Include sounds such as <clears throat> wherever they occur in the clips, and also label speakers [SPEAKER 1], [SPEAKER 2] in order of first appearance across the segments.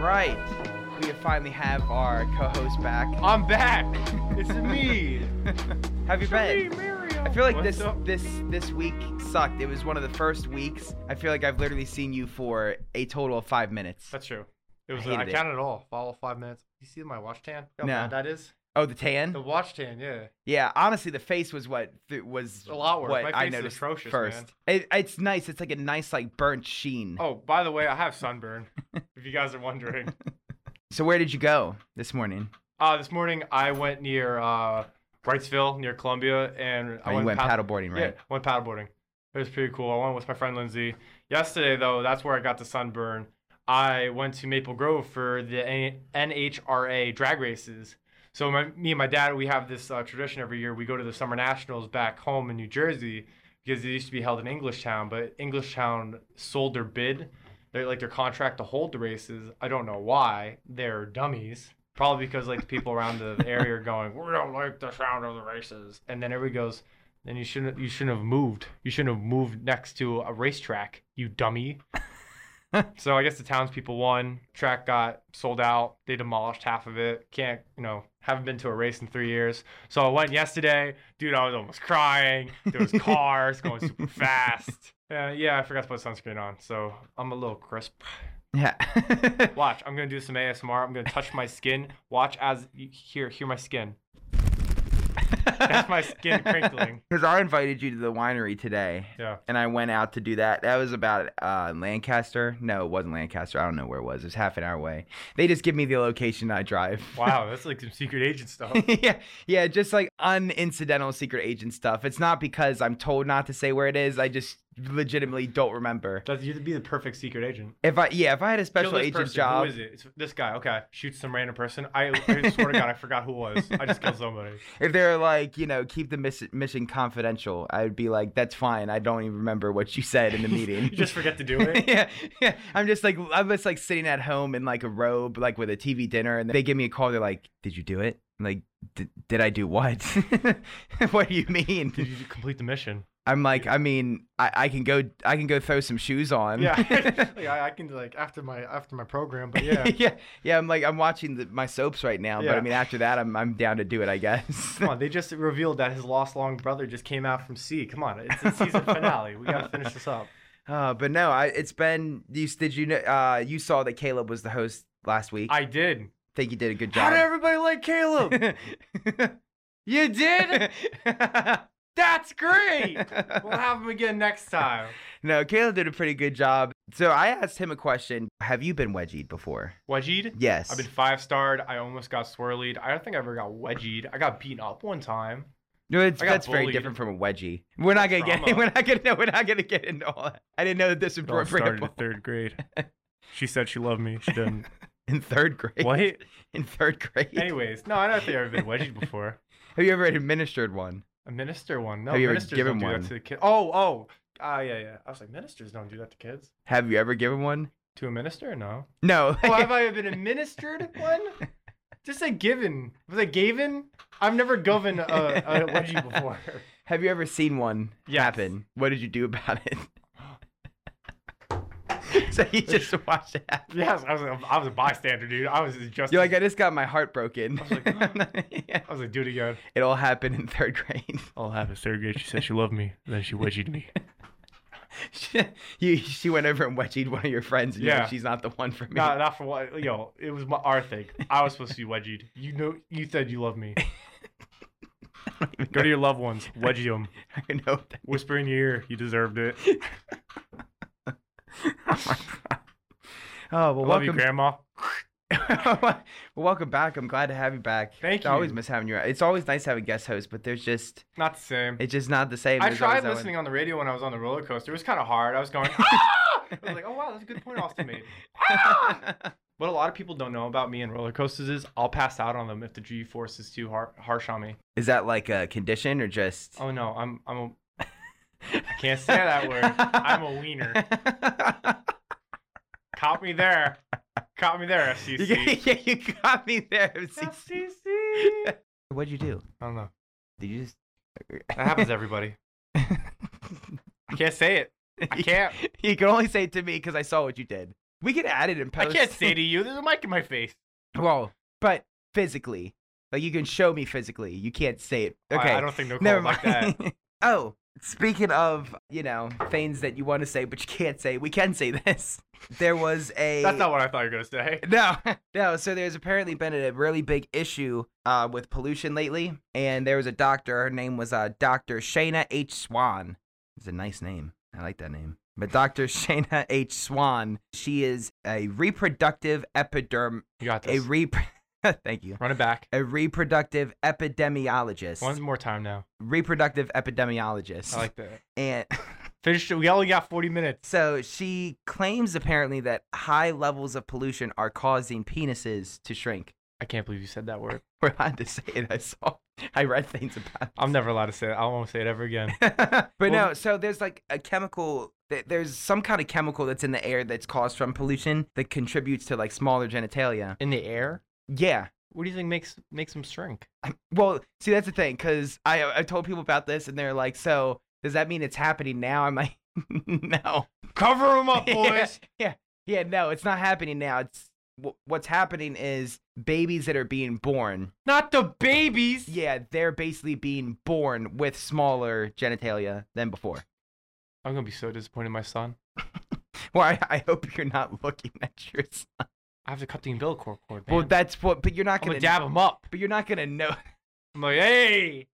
[SPEAKER 1] right, we finally have our co-host back.
[SPEAKER 2] I'm back. <laughs> It's me.
[SPEAKER 1] Have you
[SPEAKER 2] Sheree
[SPEAKER 1] been?
[SPEAKER 2] Miriam.
[SPEAKER 1] I feel like
[SPEAKER 2] What's
[SPEAKER 1] this
[SPEAKER 2] up?
[SPEAKER 1] this this week sucked. It was one of the first weeks. I feel like I've literally seen you for a total of five minutes.
[SPEAKER 2] That's true. It
[SPEAKER 1] I
[SPEAKER 2] was. I,
[SPEAKER 1] hated it.
[SPEAKER 2] counted it all. All five minutes. You see my watch tan? How
[SPEAKER 1] No.
[SPEAKER 2] bad that is.
[SPEAKER 1] Oh, the
[SPEAKER 2] The
[SPEAKER 1] tan.
[SPEAKER 2] watch tan. Yeah.
[SPEAKER 1] Yeah, honestly, the face was what th- was
[SPEAKER 2] A lot worse.
[SPEAKER 1] What
[SPEAKER 2] Oh, My
[SPEAKER 1] I
[SPEAKER 2] face is
[SPEAKER 1] noticed
[SPEAKER 2] atrocious, man.
[SPEAKER 1] first. It, it's nice. It's like a nice like burnt sheen.
[SPEAKER 2] Oh, by the way, I
[SPEAKER 1] <laughs>
[SPEAKER 2] have sunburn. if you guys are wondering.
[SPEAKER 1] So where did you go this morning?
[SPEAKER 2] Uh, this morning I went near uh, Wrightsville, near Columbia, and
[SPEAKER 1] Oh,
[SPEAKER 2] I
[SPEAKER 1] you went
[SPEAKER 2] paddle-
[SPEAKER 1] paddleboarding,
[SPEAKER 2] Yeah,
[SPEAKER 1] right?
[SPEAKER 2] went paddleboarding. It was pretty cool. I went with my friend Lindsay. Yesterday, though, that's where I got the sunburn. I went to Maple Grove for the N- NHRA drag races. So my, me and my dad, we have this uh, tradition every year. We go to the summer nationals back home in New Jersey because it used to be held in Englishtown, but Englishtown sold their bid, their like their contract to hold the races. I don't know why. They're dummies. Probably because like the people around the area are going, we don't like the sound of the races, and then everybody goes, then you shouldn't you shouldn't have moved. You shouldn't have moved next to a racetrack, you dummy. so I guess the townspeople won. Track got sold out. They demolished half of it. Can't you know? Haven't been to a race in three years. So I went yesterday, dude. I was almost crying. There was cars going super fast. Uh, yeah, I forgot to put sunscreen on, so I'm a little crisp.
[SPEAKER 1] Yeah. <laughs>
[SPEAKER 2] Watch, I'm gonna do some ASMR. I'm gonna touch my skin. Watch as you hear hear my skin. That's my skin
[SPEAKER 1] <laughs>
[SPEAKER 2] crinkling.
[SPEAKER 1] Because I invited you to the winery today.
[SPEAKER 2] Yeah.
[SPEAKER 1] and I went out to do that. That was about uh, Lancaster. No, it wasn't Lancaster. I don't know where it was. It was half an hour away. They just give me the location I drive. <laughs>
[SPEAKER 2] Wow, that's like some secret agent stuff.
[SPEAKER 1] yeah, yeah, just like unincidental secret agent stuff. It's not because I'm told not to say where it is. I just legitimately don't remember.
[SPEAKER 2] That you'd be the perfect secret agent.
[SPEAKER 1] If I yeah, if I had a
[SPEAKER 2] Kill
[SPEAKER 1] special
[SPEAKER 2] this
[SPEAKER 1] agent
[SPEAKER 2] person.
[SPEAKER 1] job,
[SPEAKER 2] Who is it? It's this guy. Okay. Shoots some random person. I, I swear to God, I forgot who it was. I just killed somebody.
[SPEAKER 1] if they're like you know keep the miss- mission confidential, I'd be like that's fine. I don't even remember what you said <laughs> in the meeting.
[SPEAKER 2] <laughs> you just forget to
[SPEAKER 1] <laughs>
[SPEAKER 2] do it.
[SPEAKER 1] yeah, yeah. I'm just like I'm just like sitting at home in like a robe, like with a TV dinner, and they give me a call. They're like, "Did you do it?" I'm like, "Did- "Did I do what? <laughs> what do you
[SPEAKER 2] Did
[SPEAKER 1] mean?"
[SPEAKER 2] you complete the mission?
[SPEAKER 1] <laughs> I'm like, "I mean, I, I can go, I can go throw some shoes on." <laughs>
[SPEAKER 2] Yeah. <laughs> Like, I, I can like after my after my program, but
[SPEAKER 1] <laughs>
[SPEAKER 2] yeah.
[SPEAKER 1] yeah, yeah. I'm like, I'm watching the, my soaps right now, but I
[SPEAKER 2] Yeah.
[SPEAKER 1] mean, after that, I'm I'm down to do it, I guess.
[SPEAKER 2] Come on, they just revealed that his lost long brother just came out from sea. Come on, it's the season finale. We gotta finish
[SPEAKER 1] <laughs>
[SPEAKER 2] this up.
[SPEAKER 1] Uh, but no, I it's been. You did you know? Uh, you saw that Caleb was the host last week. I
[SPEAKER 2] I did.
[SPEAKER 1] think you did a good
[SPEAKER 2] How
[SPEAKER 1] job.
[SPEAKER 2] did everybody
[SPEAKER 1] <laughs>
[SPEAKER 2] like Caleb? you did? <laughs> That's great. We'll have him again next time. <laughs>
[SPEAKER 1] No, Caleb did a pretty good job. So I asked him a question. Have you been wedgied before?
[SPEAKER 2] Wajid?
[SPEAKER 1] Yes.
[SPEAKER 2] I've been five starred. I almost got swirlied. I don't think I ever got wedgied. I got beaten up one time.
[SPEAKER 1] no, it's,
[SPEAKER 2] I got
[SPEAKER 1] that's very
[SPEAKER 2] bullied.
[SPEAKER 1] different from a wedgie. We're not gonna get. <laughs>
[SPEAKER 2] Trauma.
[SPEAKER 1] We're not gonna. No, we're not gonna get into all that. I didn't know that this would bring bring up
[SPEAKER 2] third grade. She said she loved me. She didn't.
[SPEAKER 1] <laughs> in third grade.
[SPEAKER 2] What?
[SPEAKER 1] In third grade.
[SPEAKER 2] Anyways, no, I don't think I've ever been wedged before.
[SPEAKER 1] Have you ever administered one?
[SPEAKER 2] A minister one. No,
[SPEAKER 1] Have you ever
[SPEAKER 2] ministers
[SPEAKER 1] given
[SPEAKER 2] don't do
[SPEAKER 1] one?
[SPEAKER 2] that to the kids. Oh, oh. Ah, yeah, yeah. I was like, ministers don't do that to kids.
[SPEAKER 1] Have you ever given one?
[SPEAKER 2] To a minister? No.
[SPEAKER 1] No.
[SPEAKER 2] Oh, have I been administered one? Just a given. Was I given? I've never given a, a
[SPEAKER 1] <laughs>
[SPEAKER 2] wedgie before.
[SPEAKER 1] <laughs> Have you ever seen one
[SPEAKER 2] Yes.
[SPEAKER 1] happen? What did you do about it? <laughs> so you
[SPEAKER 2] <laughs>
[SPEAKER 1] just watched it happen.
[SPEAKER 2] Yes, I was. A, I was a bystander, dude. I was just.
[SPEAKER 1] You're like, I just got my heart broken.
[SPEAKER 2] was like, I was like, do it again.
[SPEAKER 1] <laughs> It all happened in third grade.
[SPEAKER 2] All happened third grade. She said she loved me, and then she wedgied <laughs> me.
[SPEAKER 1] she, <laughs> you, she went over and wedgied one of your friends. And yeah,
[SPEAKER 2] Yeah.
[SPEAKER 1] she's not the one for me. <laughs>
[SPEAKER 2] not, not for what? Yo, it was my, our thing. I was supposed to be wedgied. You know, you said you love me. Go to your loved <laughs> ones, wedgie them,
[SPEAKER 1] <laughs> I don't know. what that-
[SPEAKER 2] whisper in your ear, you deserved it.
[SPEAKER 1] Oh, my God. Oh well,
[SPEAKER 2] I love you,
[SPEAKER 1] welcome.
[SPEAKER 2] grandma.
[SPEAKER 1] <laughs> well, welcome back. I'm glad to have you back.
[SPEAKER 2] Thank
[SPEAKER 1] I always
[SPEAKER 2] you.
[SPEAKER 1] miss having you. It's always nice to have a guest host, but there's just
[SPEAKER 2] Not the same.
[SPEAKER 1] it's just not the same.
[SPEAKER 2] I
[SPEAKER 1] There's always
[SPEAKER 2] tried
[SPEAKER 1] that one-
[SPEAKER 2] listening on the radio when I was on the roller coaster. It was kind of hard. I was <laughs> going, ah! I was like, oh wow, that's a good point Austin made. <laughs> Ah! What a lot of people don't know about me and roller coasters is I'll pass out on them if the G force is too har- harsh on me.
[SPEAKER 1] <laughs> Is that like a condition or just?
[SPEAKER 2] Oh no, I'm I'm a, I can't say that word.
[SPEAKER 1] <laughs>
[SPEAKER 2] I'm a wiener. Caught me there. Caught me there,
[SPEAKER 1] you, <laughs>
[SPEAKER 2] FCC.
[SPEAKER 1] got- yeah, you got me there. FCC.
[SPEAKER 2] FCC. <laughs> I
[SPEAKER 1] What'd you do?
[SPEAKER 2] don't know.
[SPEAKER 1] Did you just?
[SPEAKER 2] That happens to everybody.
[SPEAKER 1] <laughs>
[SPEAKER 2] I can't say it. I can't.
[SPEAKER 1] You can only say it to me because I saw what you did. We could add it in
[SPEAKER 2] I
[SPEAKER 1] post.
[SPEAKER 2] can't <laughs> say to you, there's a mic in my face.
[SPEAKER 1] Well, but physically, like you can show me physically. You can't say it.
[SPEAKER 2] I-
[SPEAKER 1] Okay.
[SPEAKER 2] I, don't think Nicole
[SPEAKER 1] Never
[SPEAKER 2] would like
[SPEAKER 1] mind. <laughs>
[SPEAKER 2] <laughs> that.
[SPEAKER 1] oh, speaking of, you know, things that you want to say but you can't say, we can say <laughs> this. There was a.
[SPEAKER 2] That's not what I thought you were gonna say.
[SPEAKER 1] <laughs> No, <laughs> no. So there's apparently been a really big issue uh, with pollution lately, and there was a doctor. Her name was uh, Dr. Shayna H. Swan. It's a nice name. I like that name. But Dr. <laughs> Shayna H. Swan, she is a reproductive epiderm,
[SPEAKER 2] <laughs> You got
[SPEAKER 1] a
[SPEAKER 2] this.
[SPEAKER 1] rep. <laughs> Thank you.
[SPEAKER 2] Run
[SPEAKER 1] <laughs>
[SPEAKER 2] it back.
[SPEAKER 1] A reproductive epidemiologist.
[SPEAKER 2] One more time now.
[SPEAKER 1] Reproductive epidemiologist.
[SPEAKER 2] I like that.
[SPEAKER 1] <laughs> and
[SPEAKER 2] Finish. it. We only got 40 minutes.
[SPEAKER 1] so she claims apparently that high levels of pollution are causing penises to shrink. <laughs>
[SPEAKER 2] I can't believe you said that word.
[SPEAKER 1] We're allowed to say it. I saw. I read things about.
[SPEAKER 2] I'm never allowed to say it. I won't say it ever again.
[SPEAKER 1] <laughs> but
[SPEAKER 2] Well-
[SPEAKER 1] no, so there's like a chemical. th- There's some kind of chemical that's in the air that's caused from pollution that contributes to like smaller genitalia.
[SPEAKER 2] <laughs> In the air?
[SPEAKER 1] Yeah.
[SPEAKER 2] What do you think makes makes them shrink?
[SPEAKER 1] Well, see, that's the thing, because I I told people about this and they're like, so does that mean it's happening now? I'm like, <laughs> no.
[SPEAKER 2] Cover them <laughs> up,
[SPEAKER 1] Yeah, yeah, yeah. No, it's not happening now. It's wh- what's happening is babies that are being born.
[SPEAKER 2] Not the babies.
[SPEAKER 1] Yeah, they're basically being born with smaller genitalia than before. <laughs>
[SPEAKER 2] I'm gonna be so disappointed, in my son.
[SPEAKER 1] Well, I, I hope you're not looking at your. son.
[SPEAKER 2] I have to cut the umbilical cord, man.
[SPEAKER 1] Well, that's what. But you're not
[SPEAKER 2] I'm gonna
[SPEAKER 1] gonna.
[SPEAKER 2] dab him up.
[SPEAKER 1] <laughs> But you're not gonna
[SPEAKER 2] <laughs>
[SPEAKER 1] know.
[SPEAKER 2] I'm like, <laughs> hey,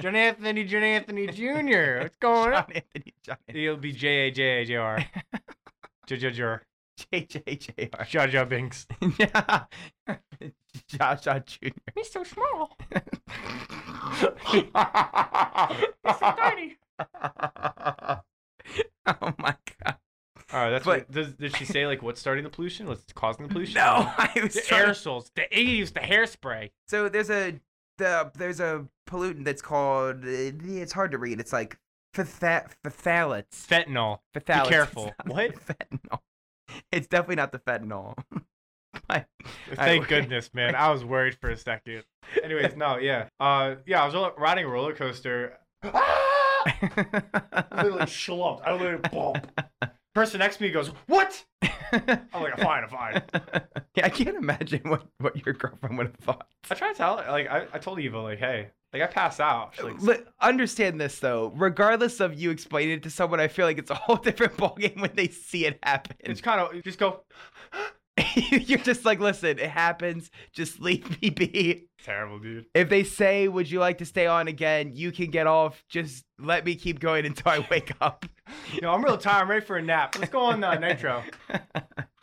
[SPEAKER 2] John Anthony, John Anthony Jr. What's going on? <laughs>
[SPEAKER 1] John Anthony, John Anthony,
[SPEAKER 2] It'll be J A J A J <laughs> R. J J J R.
[SPEAKER 1] JJJR.
[SPEAKER 2] Jar Jar Binks.
[SPEAKER 1] Yeah. <laughs> Josh John <laughs> Jr.
[SPEAKER 2] He's so <laughs> small.
[SPEAKER 1] <laughs> oh my god.
[SPEAKER 2] All right, that's
[SPEAKER 1] But-
[SPEAKER 2] what. Does, did she say like what's starting the pollution? What's causing the pollution?
[SPEAKER 1] <laughs> No, I was
[SPEAKER 2] The
[SPEAKER 1] trying-
[SPEAKER 2] aerosols, the 80s, the hairspray.
[SPEAKER 1] So there's a the there's a pollutant that's called. eh, It's hard to read. It's like phtha- phthalates.
[SPEAKER 2] Fentanyl.
[SPEAKER 1] Phthalates. It's <laughs>
[SPEAKER 2] careful.
[SPEAKER 1] not
[SPEAKER 2] What?
[SPEAKER 1] the Fentanyl. It's definitely not the fentanyl. <laughs> But-
[SPEAKER 2] Thank
[SPEAKER 1] okay.
[SPEAKER 2] goodness, man. I was worried for a second. Anyways, no, yeah. Uh, yeah, I was ro- riding a roller
[SPEAKER 1] <gasps>
[SPEAKER 2] coaster.
[SPEAKER 1] Ah!
[SPEAKER 2] literally schlumped. I literally bump. Person next to me goes, "What?" I'm like, "Fine, fine."
[SPEAKER 1] yeah, I can't imagine what, what your girlfriend would have thought.
[SPEAKER 2] I try to tell, her, like, I, I told Eva, like, "Hey, like, I pass out." She's like,
[SPEAKER 1] Li- understand this though. Regardless of you explaining it to someone, I feel like it's a whole <laughs> different ballgame when they see it happen.
[SPEAKER 2] it's kind of just go
[SPEAKER 1] <laughs> You're just like, listen, it happens. Just leave me be.
[SPEAKER 2] terrible, dude.
[SPEAKER 1] If they say, "Would you like to stay on again?" You can get off. Just let me keep going until I
[SPEAKER 2] <laughs>
[SPEAKER 1] wake up.
[SPEAKER 2] You know, I'm real tired. I'm ready for a nap. Let's go on uh, nitro.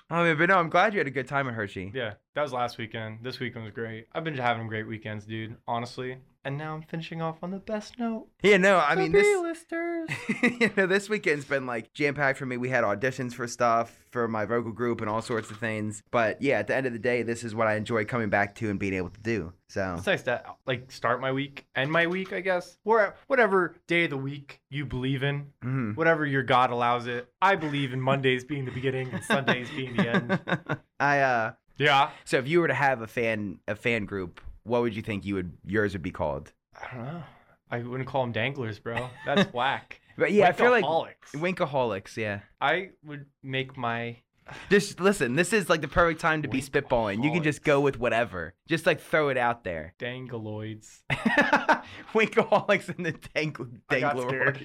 [SPEAKER 1] I mean, but no, I'm glad you had a good time at Hershey.
[SPEAKER 2] Yeah, that was last weekend. This weekend was great. I've been having great weekends, dude. Honestly, and now I'm finishing off on the best note.
[SPEAKER 1] Yeah, no, I
[SPEAKER 2] The
[SPEAKER 1] mean this.
[SPEAKER 2] B-listers.
[SPEAKER 1] <laughs> you know, this weekend's been like jam packed for me. We had auditions for stuff for my vocal group and all sorts of things. But yeah, at the end of the day, this is what I enjoy coming back to and being able to do. So
[SPEAKER 2] It's nice to like start my week, end my week, I guess, or whatever day of the week you believe in.
[SPEAKER 1] mhm.
[SPEAKER 2] whatever your God allows it. I believe in Mondays being the beginning and Sundays being
[SPEAKER 1] <laughs>
[SPEAKER 2] the end.
[SPEAKER 1] I uh,
[SPEAKER 2] Yeah.
[SPEAKER 1] so if you were to have a fan a fan group, what would you think you would yours would be called?
[SPEAKER 2] I don't know. I wouldn't call them danglers, bro.
[SPEAKER 1] <laughs>
[SPEAKER 2] That's whack.
[SPEAKER 1] But yeah, I feel like
[SPEAKER 2] Wankaholics.
[SPEAKER 1] Winkaholics. Yeah,
[SPEAKER 2] I would make my
[SPEAKER 1] just listen. This is like the perfect time to be spitballing. You can just go with whatever. Just like throw it out there. <laughs>
[SPEAKER 2] dangaloids.
[SPEAKER 1] Winkaholics and the dangle
[SPEAKER 2] I got scared.
[SPEAKER 1] danglers.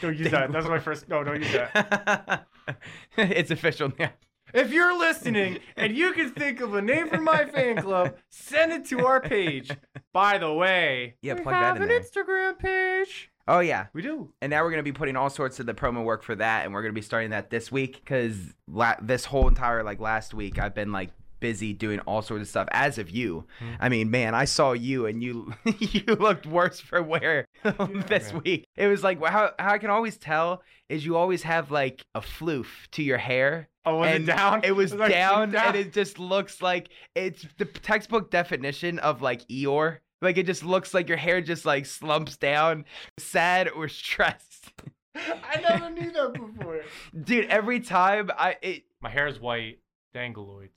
[SPEAKER 2] Don't use that. That's my first. No, don't use that.
[SPEAKER 1] <laughs> it's official now.
[SPEAKER 2] <laughs> If you're listening and you can think of a name for my fan club, send it to our page. By the way,
[SPEAKER 1] Yeah,
[SPEAKER 2] we
[SPEAKER 1] plug that
[SPEAKER 2] have
[SPEAKER 1] in
[SPEAKER 2] an
[SPEAKER 1] there.
[SPEAKER 2] Instagram page.
[SPEAKER 1] Oh yeah,
[SPEAKER 2] We do.
[SPEAKER 1] and now we're gonna be putting all sorts of the promo work for that, and we're gonna be starting that this week because la- this whole entire like last week I've been like busy doing all sorts of stuff. As of you,
[SPEAKER 2] Mhm.
[SPEAKER 1] I mean, man, I saw you and you <laughs> you looked worse for wear <laughs> this
[SPEAKER 2] man.
[SPEAKER 1] week. It was like how how I can always tell is you always have like a floof to your hair.
[SPEAKER 2] Oh, was
[SPEAKER 1] And
[SPEAKER 2] <laughs> it down?
[SPEAKER 1] It was
[SPEAKER 2] actually
[SPEAKER 1] down, and it just looks like it's the textbook definition of like Eeyore. Like it just looks like your hair just like slumps down, sad or <laughs> stressed.
[SPEAKER 2] I never knew that before.
[SPEAKER 1] Dude, every time I it
[SPEAKER 2] My hair is white.
[SPEAKER 1] <laughs>
[SPEAKER 2] Dangaloids.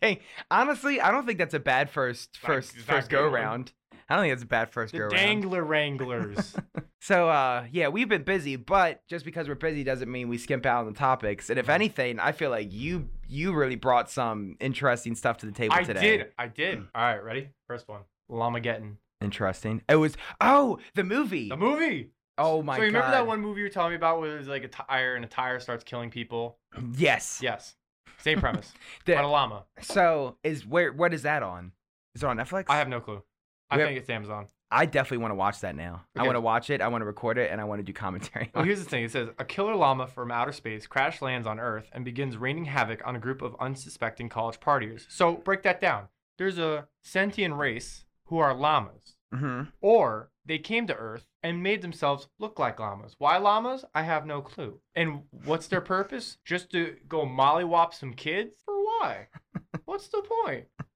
[SPEAKER 1] dang, honestly, I don't think that's a bad first
[SPEAKER 2] Like,
[SPEAKER 1] first
[SPEAKER 2] is that
[SPEAKER 1] first
[SPEAKER 2] a good
[SPEAKER 1] go
[SPEAKER 2] one?
[SPEAKER 1] round. I don't think that's a bad first
[SPEAKER 2] The
[SPEAKER 1] go round. <laughs>
[SPEAKER 2] dangler wranglers.
[SPEAKER 1] So uh, yeah, we've been busy, but just because we're busy doesn't mean we skimp out on the topics. And
[SPEAKER 2] Mm-hmm.
[SPEAKER 1] if anything, I feel like you you really brought some interesting stuff to the table
[SPEAKER 2] I
[SPEAKER 1] today. Mm.
[SPEAKER 2] did. I did. All right, ready? First one. Lamageddon.
[SPEAKER 1] Interesting. It was oh the movie.
[SPEAKER 2] The movie.
[SPEAKER 1] Oh my
[SPEAKER 2] so you
[SPEAKER 1] god.
[SPEAKER 2] remember that one movie you were telling me about where there's like a tire and a tire starts killing people?
[SPEAKER 1] Yes.
[SPEAKER 2] Yes. Same
[SPEAKER 1] <laughs>
[SPEAKER 2] premise.
[SPEAKER 1] The-
[SPEAKER 2] on a llama.
[SPEAKER 1] So is where what is that on? Is it on Netflix?
[SPEAKER 2] I have no clue. I
[SPEAKER 1] We have-
[SPEAKER 2] think
[SPEAKER 1] <laughs>
[SPEAKER 2] it's Amazon.
[SPEAKER 1] I definitely want to watch that now. I
[SPEAKER 2] Okay.
[SPEAKER 1] want to watch it. I want to record it, and I want to do commentary.
[SPEAKER 2] Well,
[SPEAKER 1] on it.
[SPEAKER 2] here's the thing. It says a killer llama from outer space crash lands on Earth and begins raining havoc on a group of unsuspecting college partiers. So break that down. There's a sentient race who are llamas,
[SPEAKER 1] Mhm.
[SPEAKER 2] or they came to Earth and made themselves look like llamas. Why llamas? I have no clue. And what's their purpose? Just to go mollywop some kids? For why? What's the point?
[SPEAKER 1] <laughs>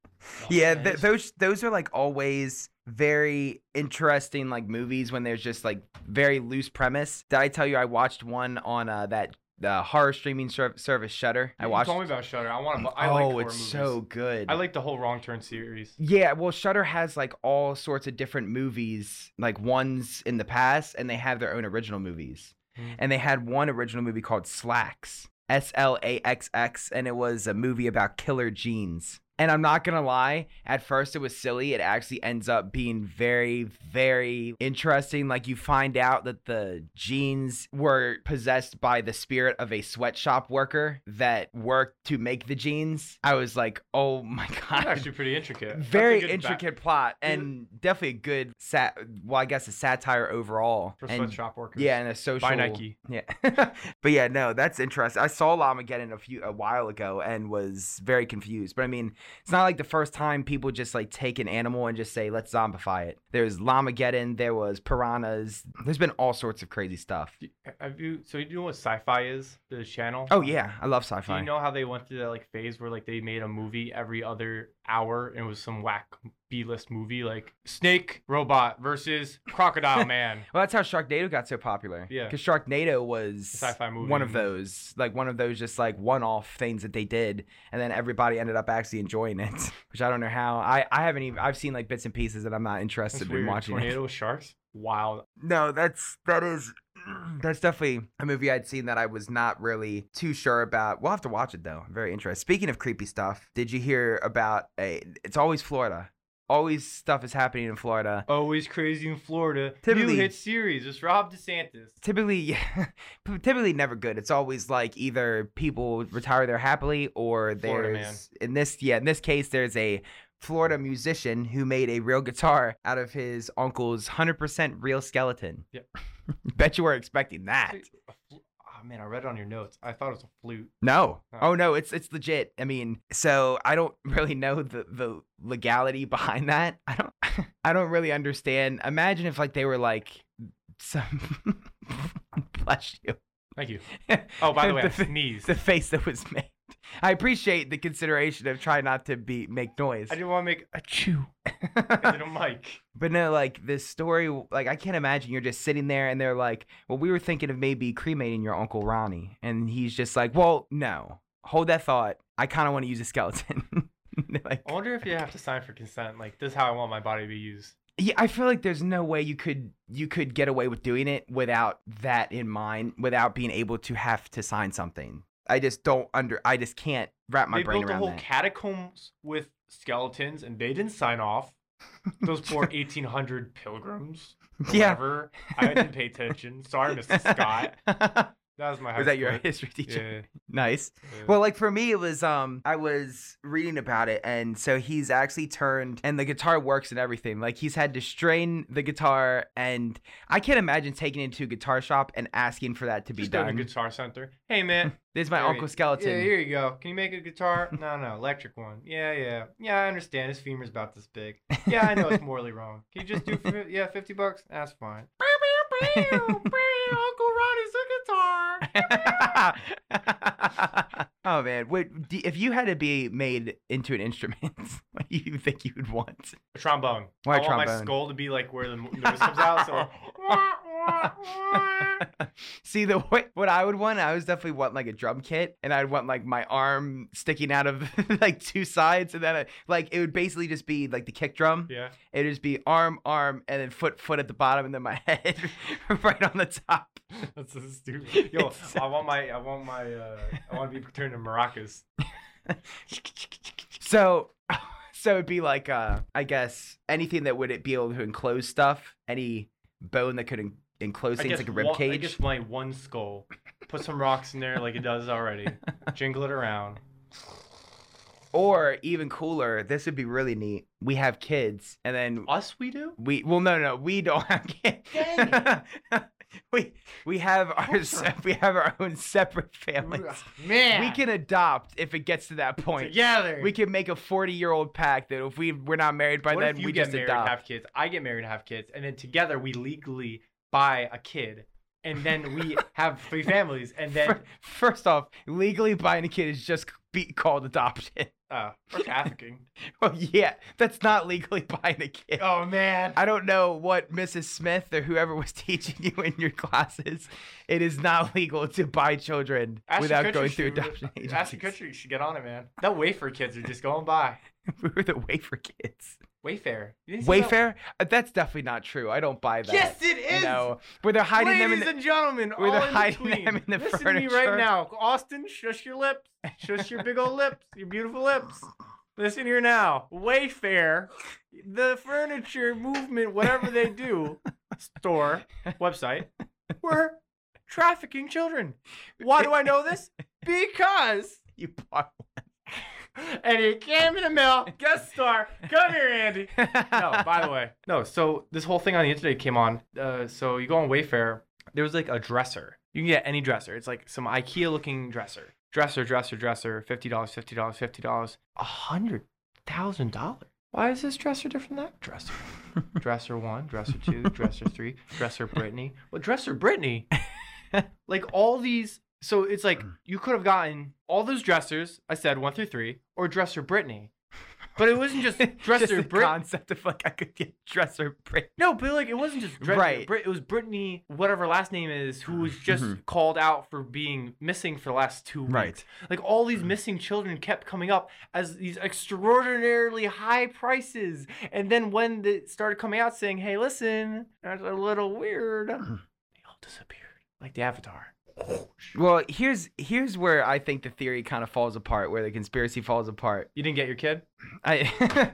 [SPEAKER 1] Yeah, th- those those are like always very interesting like movies when there's just like very loose premise. Did I tell you I watched one on uh, that the horror streaming serv service Shutter? I
[SPEAKER 2] You
[SPEAKER 1] watched.
[SPEAKER 2] Told me about Shutter. I want to. I
[SPEAKER 1] oh,
[SPEAKER 2] like horror
[SPEAKER 1] it's
[SPEAKER 2] movies.
[SPEAKER 1] so good.
[SPEAKER 2] I like the whole Wrong Turn series.
[SPEAKER 1] Yeah, well, Shutter has like all sorts of different movies, like ones in the past, and they have their own original movies.
[SPEAKER 2] Mm.
[SPEAKER 1] And they had one original movie called Slacks, S L A X X, and it was a movie about killer jeans. And I'm not gonna lie, at first it was silly. It actually ends up being very, very interesting. Like you find out that the jeans were possessed by the spirit of a sweatshop worker that worked to make the jeans. I was like, oh my <laughs>
[SPEAKER 2] That's
[SPEAKER 1] god
[SPEAKER 2] actually pretty intricate. That's a
[SPEAKER 1] very
[SPEAKER 2] good ba-
[SPEAKER 1] intricate plot
[SPEAKER 2] Is it-
[SPEAKER 1] and definitely a good sat well i guess a satire overall
[SPEAKER 2] for
[SPEAKER 1] and
[SPEAKER 2] sweatshop workers.
[SPEAKER 1] yeah and a social
[SPEAKER 2] By Nike.
[SPEAKER 1] yeah <laughs> but yeah no that's interesting i saw lamageddon a few a while ago and was very confused but i mean it's not like the first time people just like take an animal and just say let's zombify it there's lamageddon there was piranhas there's been all sorts of crazy stuff
[SPEAKER 2] Do- Have you? So you know what sci-fi is? The channel.
[SPEAKER 1] oh yeah i love sci-fi
[SPEAKER 2] Do you know how they went through that like phase where like they made a movie every other hour and it was some whack B-list movie like Snake Robot versus
[SPEAKER 1] <laughs>
[SPEAKER 2] Crocodile Man.
[SPEAKER 1] Well, that's how Sharknado got so popular.
[SPEAKER 2] Yeah.
[SPEAKER 1] because Sharknado was
[SPEAKER 2] Sci-fi movie. Mm-hmm.
[SPEAKER 1] One of those, like one of those, just like one-off things that they did, and then everybody ended up actually enjoying it. <laughs> Which I don't know how. I I haven't even. I've seen like bits and pieces that I'm not
[SPEAKER 2] That's
[SPEAKER 1] interested in
[SPEAKER 2] weird.
[SPEAKER 1] watching.
[SPEAKER 2] Tornado with sharks. Wild.
[SPEAKER 1] <laughs> No, that's that is. <clears throat> That's definitely a movie I'd seen that I was not really too sure about. We'll have to watch it though. I'm very interested. Speaking of creepy stuff, did you hear about a? It's always Florida. Always stuff is happening in Florida.
[SPEAKER 2] Always crazy in Florida.
[SPEAKER 1] Typically-
[SPEAKER 2] New hit series. It's Rob DeSantis.
[SPEAKER 1] typically <laughs> typically never good it's always like either people retire there happily or
[SPEAKER 2] Florida man.
[SPEAKER 1] there's in this yeah in this case there's a florida musician who made a real guitar out of his uncle's 100% real skeleton
[SPEAKER 2] Yep.
[SPEAKER 1] <laughs> bet you were expecting that
[SPEAKER 2] Wait, a fl- Oh man, I read it on your notes. I thought it was a flute.
[SPEAKER 1] no
[SPEAKER 2] Oh.
[SPEAKER 1] oh no it's it's legit i mean so i don't <laughs> really know the the legality behind that i don't <laughs> i don't really understand imagine if like they were like <laughs> some <laughs> bless you <laughs>
[SPEAKER 2] Thank you. Oh, by the way, I
[SPEAKER 1] The- <laughs>
[SPEAKER 2] sneezed.
[SPEAKER 1] the face that was made. I appreciate the consideration of trying not to be make noise.
[SPEAKER 2] I didn't want
[SPEAKER 1] <laughs>
[SPEAKER 2] to make a chew. I did a mic.
[SPEAKER 1] but no, like this story, like I can't imagine you're just sitting there and they're like, "Well, we were thinking of maybe cremating your uncle Ronnie," and he's just like, "Well, no, hold that thought. I kind of want to use a skeleton." <laughs> They're like,
[SPEAKER 2] I wonder if you have to sign for consent. Like, this is how I want my body to be used.
[SPEAKER 1] yeah, I feel like there's no way you could you could get away with doing it without that in mind, without being able to have to sign something. I just don't under. I just can't wrap my
[SPEAKER 2] they
[SPEAKER 1] brain
[SPEAKER 2] built a
[SPEAKER 1] around
[SPEAKER 2] whole
[SPEAKER 1] that.
[SPEAKER 2] catacombs with skeletons, and they didn't sign off.
[SPEAKER 1] <laughs>
[SPEAKER 2] Those poor 1800 pilgrims. or
[SPEAKER 1] yeah,
[SPEAKER 2] Whatever. I didn't pay attention. Sorry,
[SPEAKER 1] <laughs>
[SPEAKER 2] Mr. Scott. That was my. high
[SPEAKER 1] was that your
[SPEAKER 2] school.
[SPEAKER 1] history teacher? <laughs>
[SPEAKER 2] Yeah,
[SPEAKER 1] Nice.
[SPEAKER 2] yeah.
[SPEAKER 1] Well, like for me, it was um I was reading about it, and so he's actually turned, and the guitar works and everything. Like he's had to strain the guitar, and I can't imagine taking it to a guitar shop and asking for that to be
[SPEAKER 2] just doing a
[SPEAKER 1] done.
[SPEAKER 2] guitar center. Hey man,
[SPEAKER 1] <laughs> This is my
[SPEAKER 2] Here
[SPEAKER 1] uncle
[SPEAKER 2] you-
[SPEAKER 1] skeleton.
[SPEAKER 2] Yeah, here you go. Can you make a guitar? No, no, electric one. Yeah, yeah, yeah. I understand. His femur's about this
[SPEAKER 1] <laughs>
[SPEAKER 2] big. Yeah, I know it's morally wrong. Can you just do? For, fif- yeah, fifty bucks. That's
[SPEAKER 1] <laughs>
[SPEAKER 2] fine. Uncle Ronnie's a guitar.
[SPEAKER 1] <laughs> oh man, Wait, do, if you had to be made into an instrument, <laughs> what do you think you would want?
[SPEAKER 2] A trombone.
[SPEAKER 1] Why
[SPEAKER 2] I
[SPEAKER 1] a
[SPEAKER 2] want my
[SPEAKER 1] trombone? <laughs>
[SPEAKER 2] skull to be like where the mo- noise comes out. So
[SPEAKER 1] See the what, what I would want, I was definitely want like a drum kit, and I'd want like my arm sticking out of <laughs> like two sides, and then I, like it would basically just be like the kick drum.
[SPEAKER 2] Yeah. <laughs>
[SPEAKER 1] It'd just be arm, arm, and then foot, foot at the bottom, and then my <laughs> head right on the top. <laughs>
[SPEAKER 2] That's so stupid. Yo,
[SPEAKER 1] It's-
[SPEAKER 2] I want my, I want my, uh, I want to be turned to maracas.
[SPEAKER 1] So, <laughs> so it'd be like, uh, I guess anything that would it be able to enclose stuff, any bone that could en- enclose
[SPEAKER 2] I
[SPEAKER 1] things
[SPEAKER 2] guess
[SPEAKER 1] like a rib
[SPEAKER 2] one- I
[SPEAKER 1] cage.
[SPEAKER 2] guess my one skull. Put some rocks in there like it
[SPEAKER 1] <laughs>
[SPEAKER 2] does already. Jingle it around.
[SPEAKER 1] Or even cooler, this would be really neat. We have kids, and then
[SPEAKER 2] Us, we do.
[SPEAKER 1] we well, no, no, we don't <laughs> have kids.
[SPEAKER 2] Dang
[SPEAKER 1] <laughs> we we have our
[SPEAKER 2] course
[SPEAKER 1] se- we have our own separate families.
[SPEAKER 2] <laughs> Man,
[SPEAKER 1] We can adopt if it gets to that point.
[SPEAKER 2] together.
[SPEAKER 1] We can make a forty-year-old pact that if we we're not married by
[SPEAKER 2] what
[SPEAKER 1] then,
[SPEAKER 2] if you
[SPEAKER 1] we
[SPEAKER 2] get
[SPEAKER 1] just
[SPEAKER 2] married,
[SPEAKER 1] adopt.
[SPEAKER 2] have kids? I get married, and have kids, and then together we legally buy a kid, and
[SPEAKER 1] <laughs>
[SPEAKER 2] then we have three families, and then
[SPEAKER 1] Fir- First off, legally buying a kid is just be called adoption. <laughs>
[SPEAKER 2] uh, for trafficking.
[SPEAKER 1] well, yeah, that's not legally <laughs> buying a kid.
[SPEAKER 2] Oh man.
[SPEAKER 1] I don't know what Mrs. Smith or whoever was <laughs> teaching you in your classes. It is not legal to buy children
[SPEAKER 2] Ashton
[SPEAKER 1] without
[SPEAKER 2] Kutcher
[SPEAKER 1] going through
[SPEAKER 2] <laughs> should-
[SPEAKER 1] adoption
[SPEAKER 2] Ashton
[SPEAKER 1] agencies. <laughs>
[SPEAKER 2] Kutcher should get on it, man. That Wayfair kids are just going by.
[SPEAKER 1] We were the Wayfair kids.
[SPEAKER 2] Wayfair. You didn't see that?
[SPEAKER 1] Wayfair? Uh, That's definitely not true. I don't buy that.
[SPEAKER 2] Yes, it is.
[SPEAKER 1] No, where they're hiding
[SPEAKER 2] Ladies
[SPEAKER 1] them in the,
[SPEAKER 2] and gentlemen,
[SPEAKER 1] where
[SPEAKER 2] all
[SPEAKER 1] they're
[SPEAKER 2] in
[SPEAKER 1] hiding
[SPEAKER 2] between.
[SPEAKER 1] them in the
[SPEAKER 2] Listen to me
[SPEAKER 1] furniture.
[SPEAKER 2] right now, Austin. Shush your lips. Shush your big old lips. Your beautiful lips. Listen here now. Wayfair, the furniture movement, whatever they do, store website, were trafficking children. Why do I know this? Because.
[SPEAKER 1] you <laughs> bought.
[SPEAKER 2] <laughs> And it came in the mail. Guest star. Come here, Andy no, by the way. <laughs> No, so this whole thing on the internet came on. Uh, so you go on Wayfair, there was like a dresser. You can get any dresser. It's like some IKEA looking dresser. Dresser, dresser, dresser, fifty dollars, fifty dollars, fifty dollars, a hundred thousand dollars. Why is this dresser different than that dresser? <laughs> dresser one, dresser two, dresser three, dresser Brittany. Well, dresser <laughs> Brittany. like all these. So it's like you could have gotten all those dressers. I said one through three, or dresser Brittany. But it wasn't <laughs> just dresser
[SPEAKER 1] Just the
[SPEAKER 2] Brittany.
[SPEAKER 1] concept of like I could get dresser Brit.
[SPEAKER 2] No, but like it wasn't just Brittany.
[SPEAKER 1] Right.
[SPEAKER 2] Brit- it was Brittany, whatever her last name is, who was just
[SPEAKER 1] Mhm.
[SPEAKER 2] called out for being missing for the last two weeks. Like all
[SPEAKER 1] Mm-hmm.
[SPEAKER 2] these missing children kept coming up as these extraordinarily high prices, and then when they started coming out saying, "Hey, listen, that's a little weird," they
[SPEAKER 1] Mm-hmm.
[SPEAKER 2] all disappeared like the Avatar.
[SPEAKER 1] Well, here's here's where I think the theory kind of falls apart, where the conspiracy falls apart.
[SPEAKER 2] You didn't get
[SPEAKER 1] <laughs>
[SPEAKER 2] your kid.
[SPEAKER 1] I,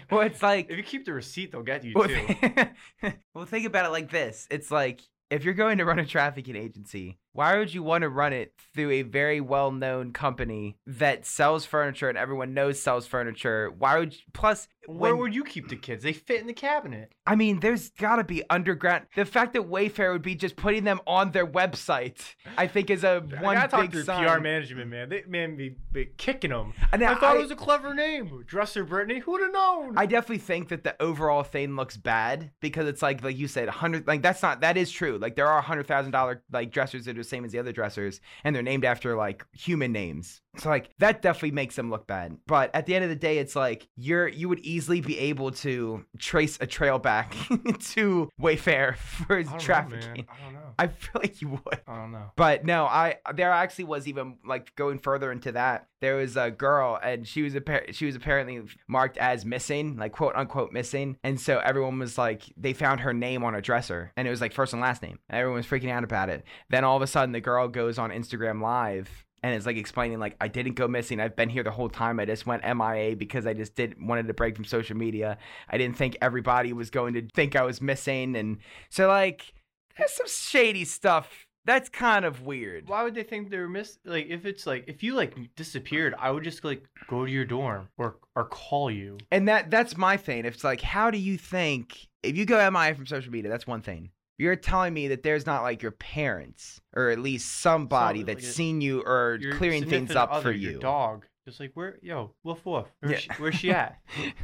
[SPEAKER 1] <laughs> well, it's like
[SPEAKER 2] If you keep the receipt, they'll get
[SPEAKER 1] <laughs>
[SPEAKER 2] you
[SPEAKER 1] well,
[SPEAKER 2] too.
[SPEAKER 1] <laughs> well, think about it like this. It's like if you're going to run a trafficking agency, why would you want to run it through a very well-known company that sells furniture and everyone knows sells furniture? Why would you, plus
[SPEAKER 2] Where
[SPEAKER 1] when-
[SPEAKER 2] would you keep the kids? They fit in the cabinet.
[SPEAKER 1] I mean, there's got to be underground. The fact that Wayfair would be just putting them on their website, I think, is a
[SPEAKER 2] I
[SPEAKER 1] one
[SPEAKER 2] gotta talk
[SPEAKER 1] big
[SPEAKER 2] to the
[SPEAKER 1] sign.
[SPEAKER 2] PR management, man. They man be, be kicking them.
[SPEAKER 1] And
[SPEAKER 2] I thought it was a clever name, Dresser Brittany. Who'd have known?
[SPEAKER 1] I definitely think that the overall thing looks bad because it's like like you said, hundred like that's not that is true. Like there are hundred thousand dollar like dressers that are the same as the other dressers, and they're named after like human names. So like that definitely makes them look bad. But at the end of the day, it's like you're you would easily be able to trace a trail back <laughs> to Wayfair for
[SPEAKER 2] I don't know,
[SPEAKER 1] trafficking.
[SPEAKER 2] man. I don't know.
[SPEAKER 1] I feel like you would.
[SPEAKER 2] I don't know.
[SPEAKER 1] But no, I there actually was even like going further into that. There was a girl, and she was appar- she was apparently marked as missing, like quote unquote missing. And so everyone was like, they found her name on a dresser, and it was like first and last name. And everyone was freaking out about it. Then all of a sudden, the girl goes on Instagram Live. And it's like explaining, like, I didn't go missing. I've been here the whole time. I just went MIA because I just did wanted to break from social media. I didn't think everybody was going to think I was missing. And so, like, there's some shady stuff. That's kind of weird.
[SPEAKER 2] Why would they think they were miss? Like, if it's like, if you like disappeared, I would just like go to your dorm or or call you.
[SPEAKER 1] And that that's my thing. It's like, how do you think if you go MIA from social media, that's one thing. You're telling me that there's not like your parents or at least somebody
[SPEAKER 2] Some-
[SPEAKER 1] that's
[SPEAKER 2] like a-
[SPEAKER 1] seen you or
[SPEAKER 2] Your
[SPEAKER 1] clearing things
[SPEAKER 2] significant
[SPEAKER 1] up
[SPEAKER 2] other,
[SPEAKER 1] for
[SPEAKER 2] your
[SPEAKER 1] you.
[SPEAKER 2] dog. Just like where, yo, woof woof. Where's,
[SPEAKER 1] Yeah.
[SPEAKER 2] she, where's
[SPEAKER 1] <laughs>
[SPEAKER 2] she at?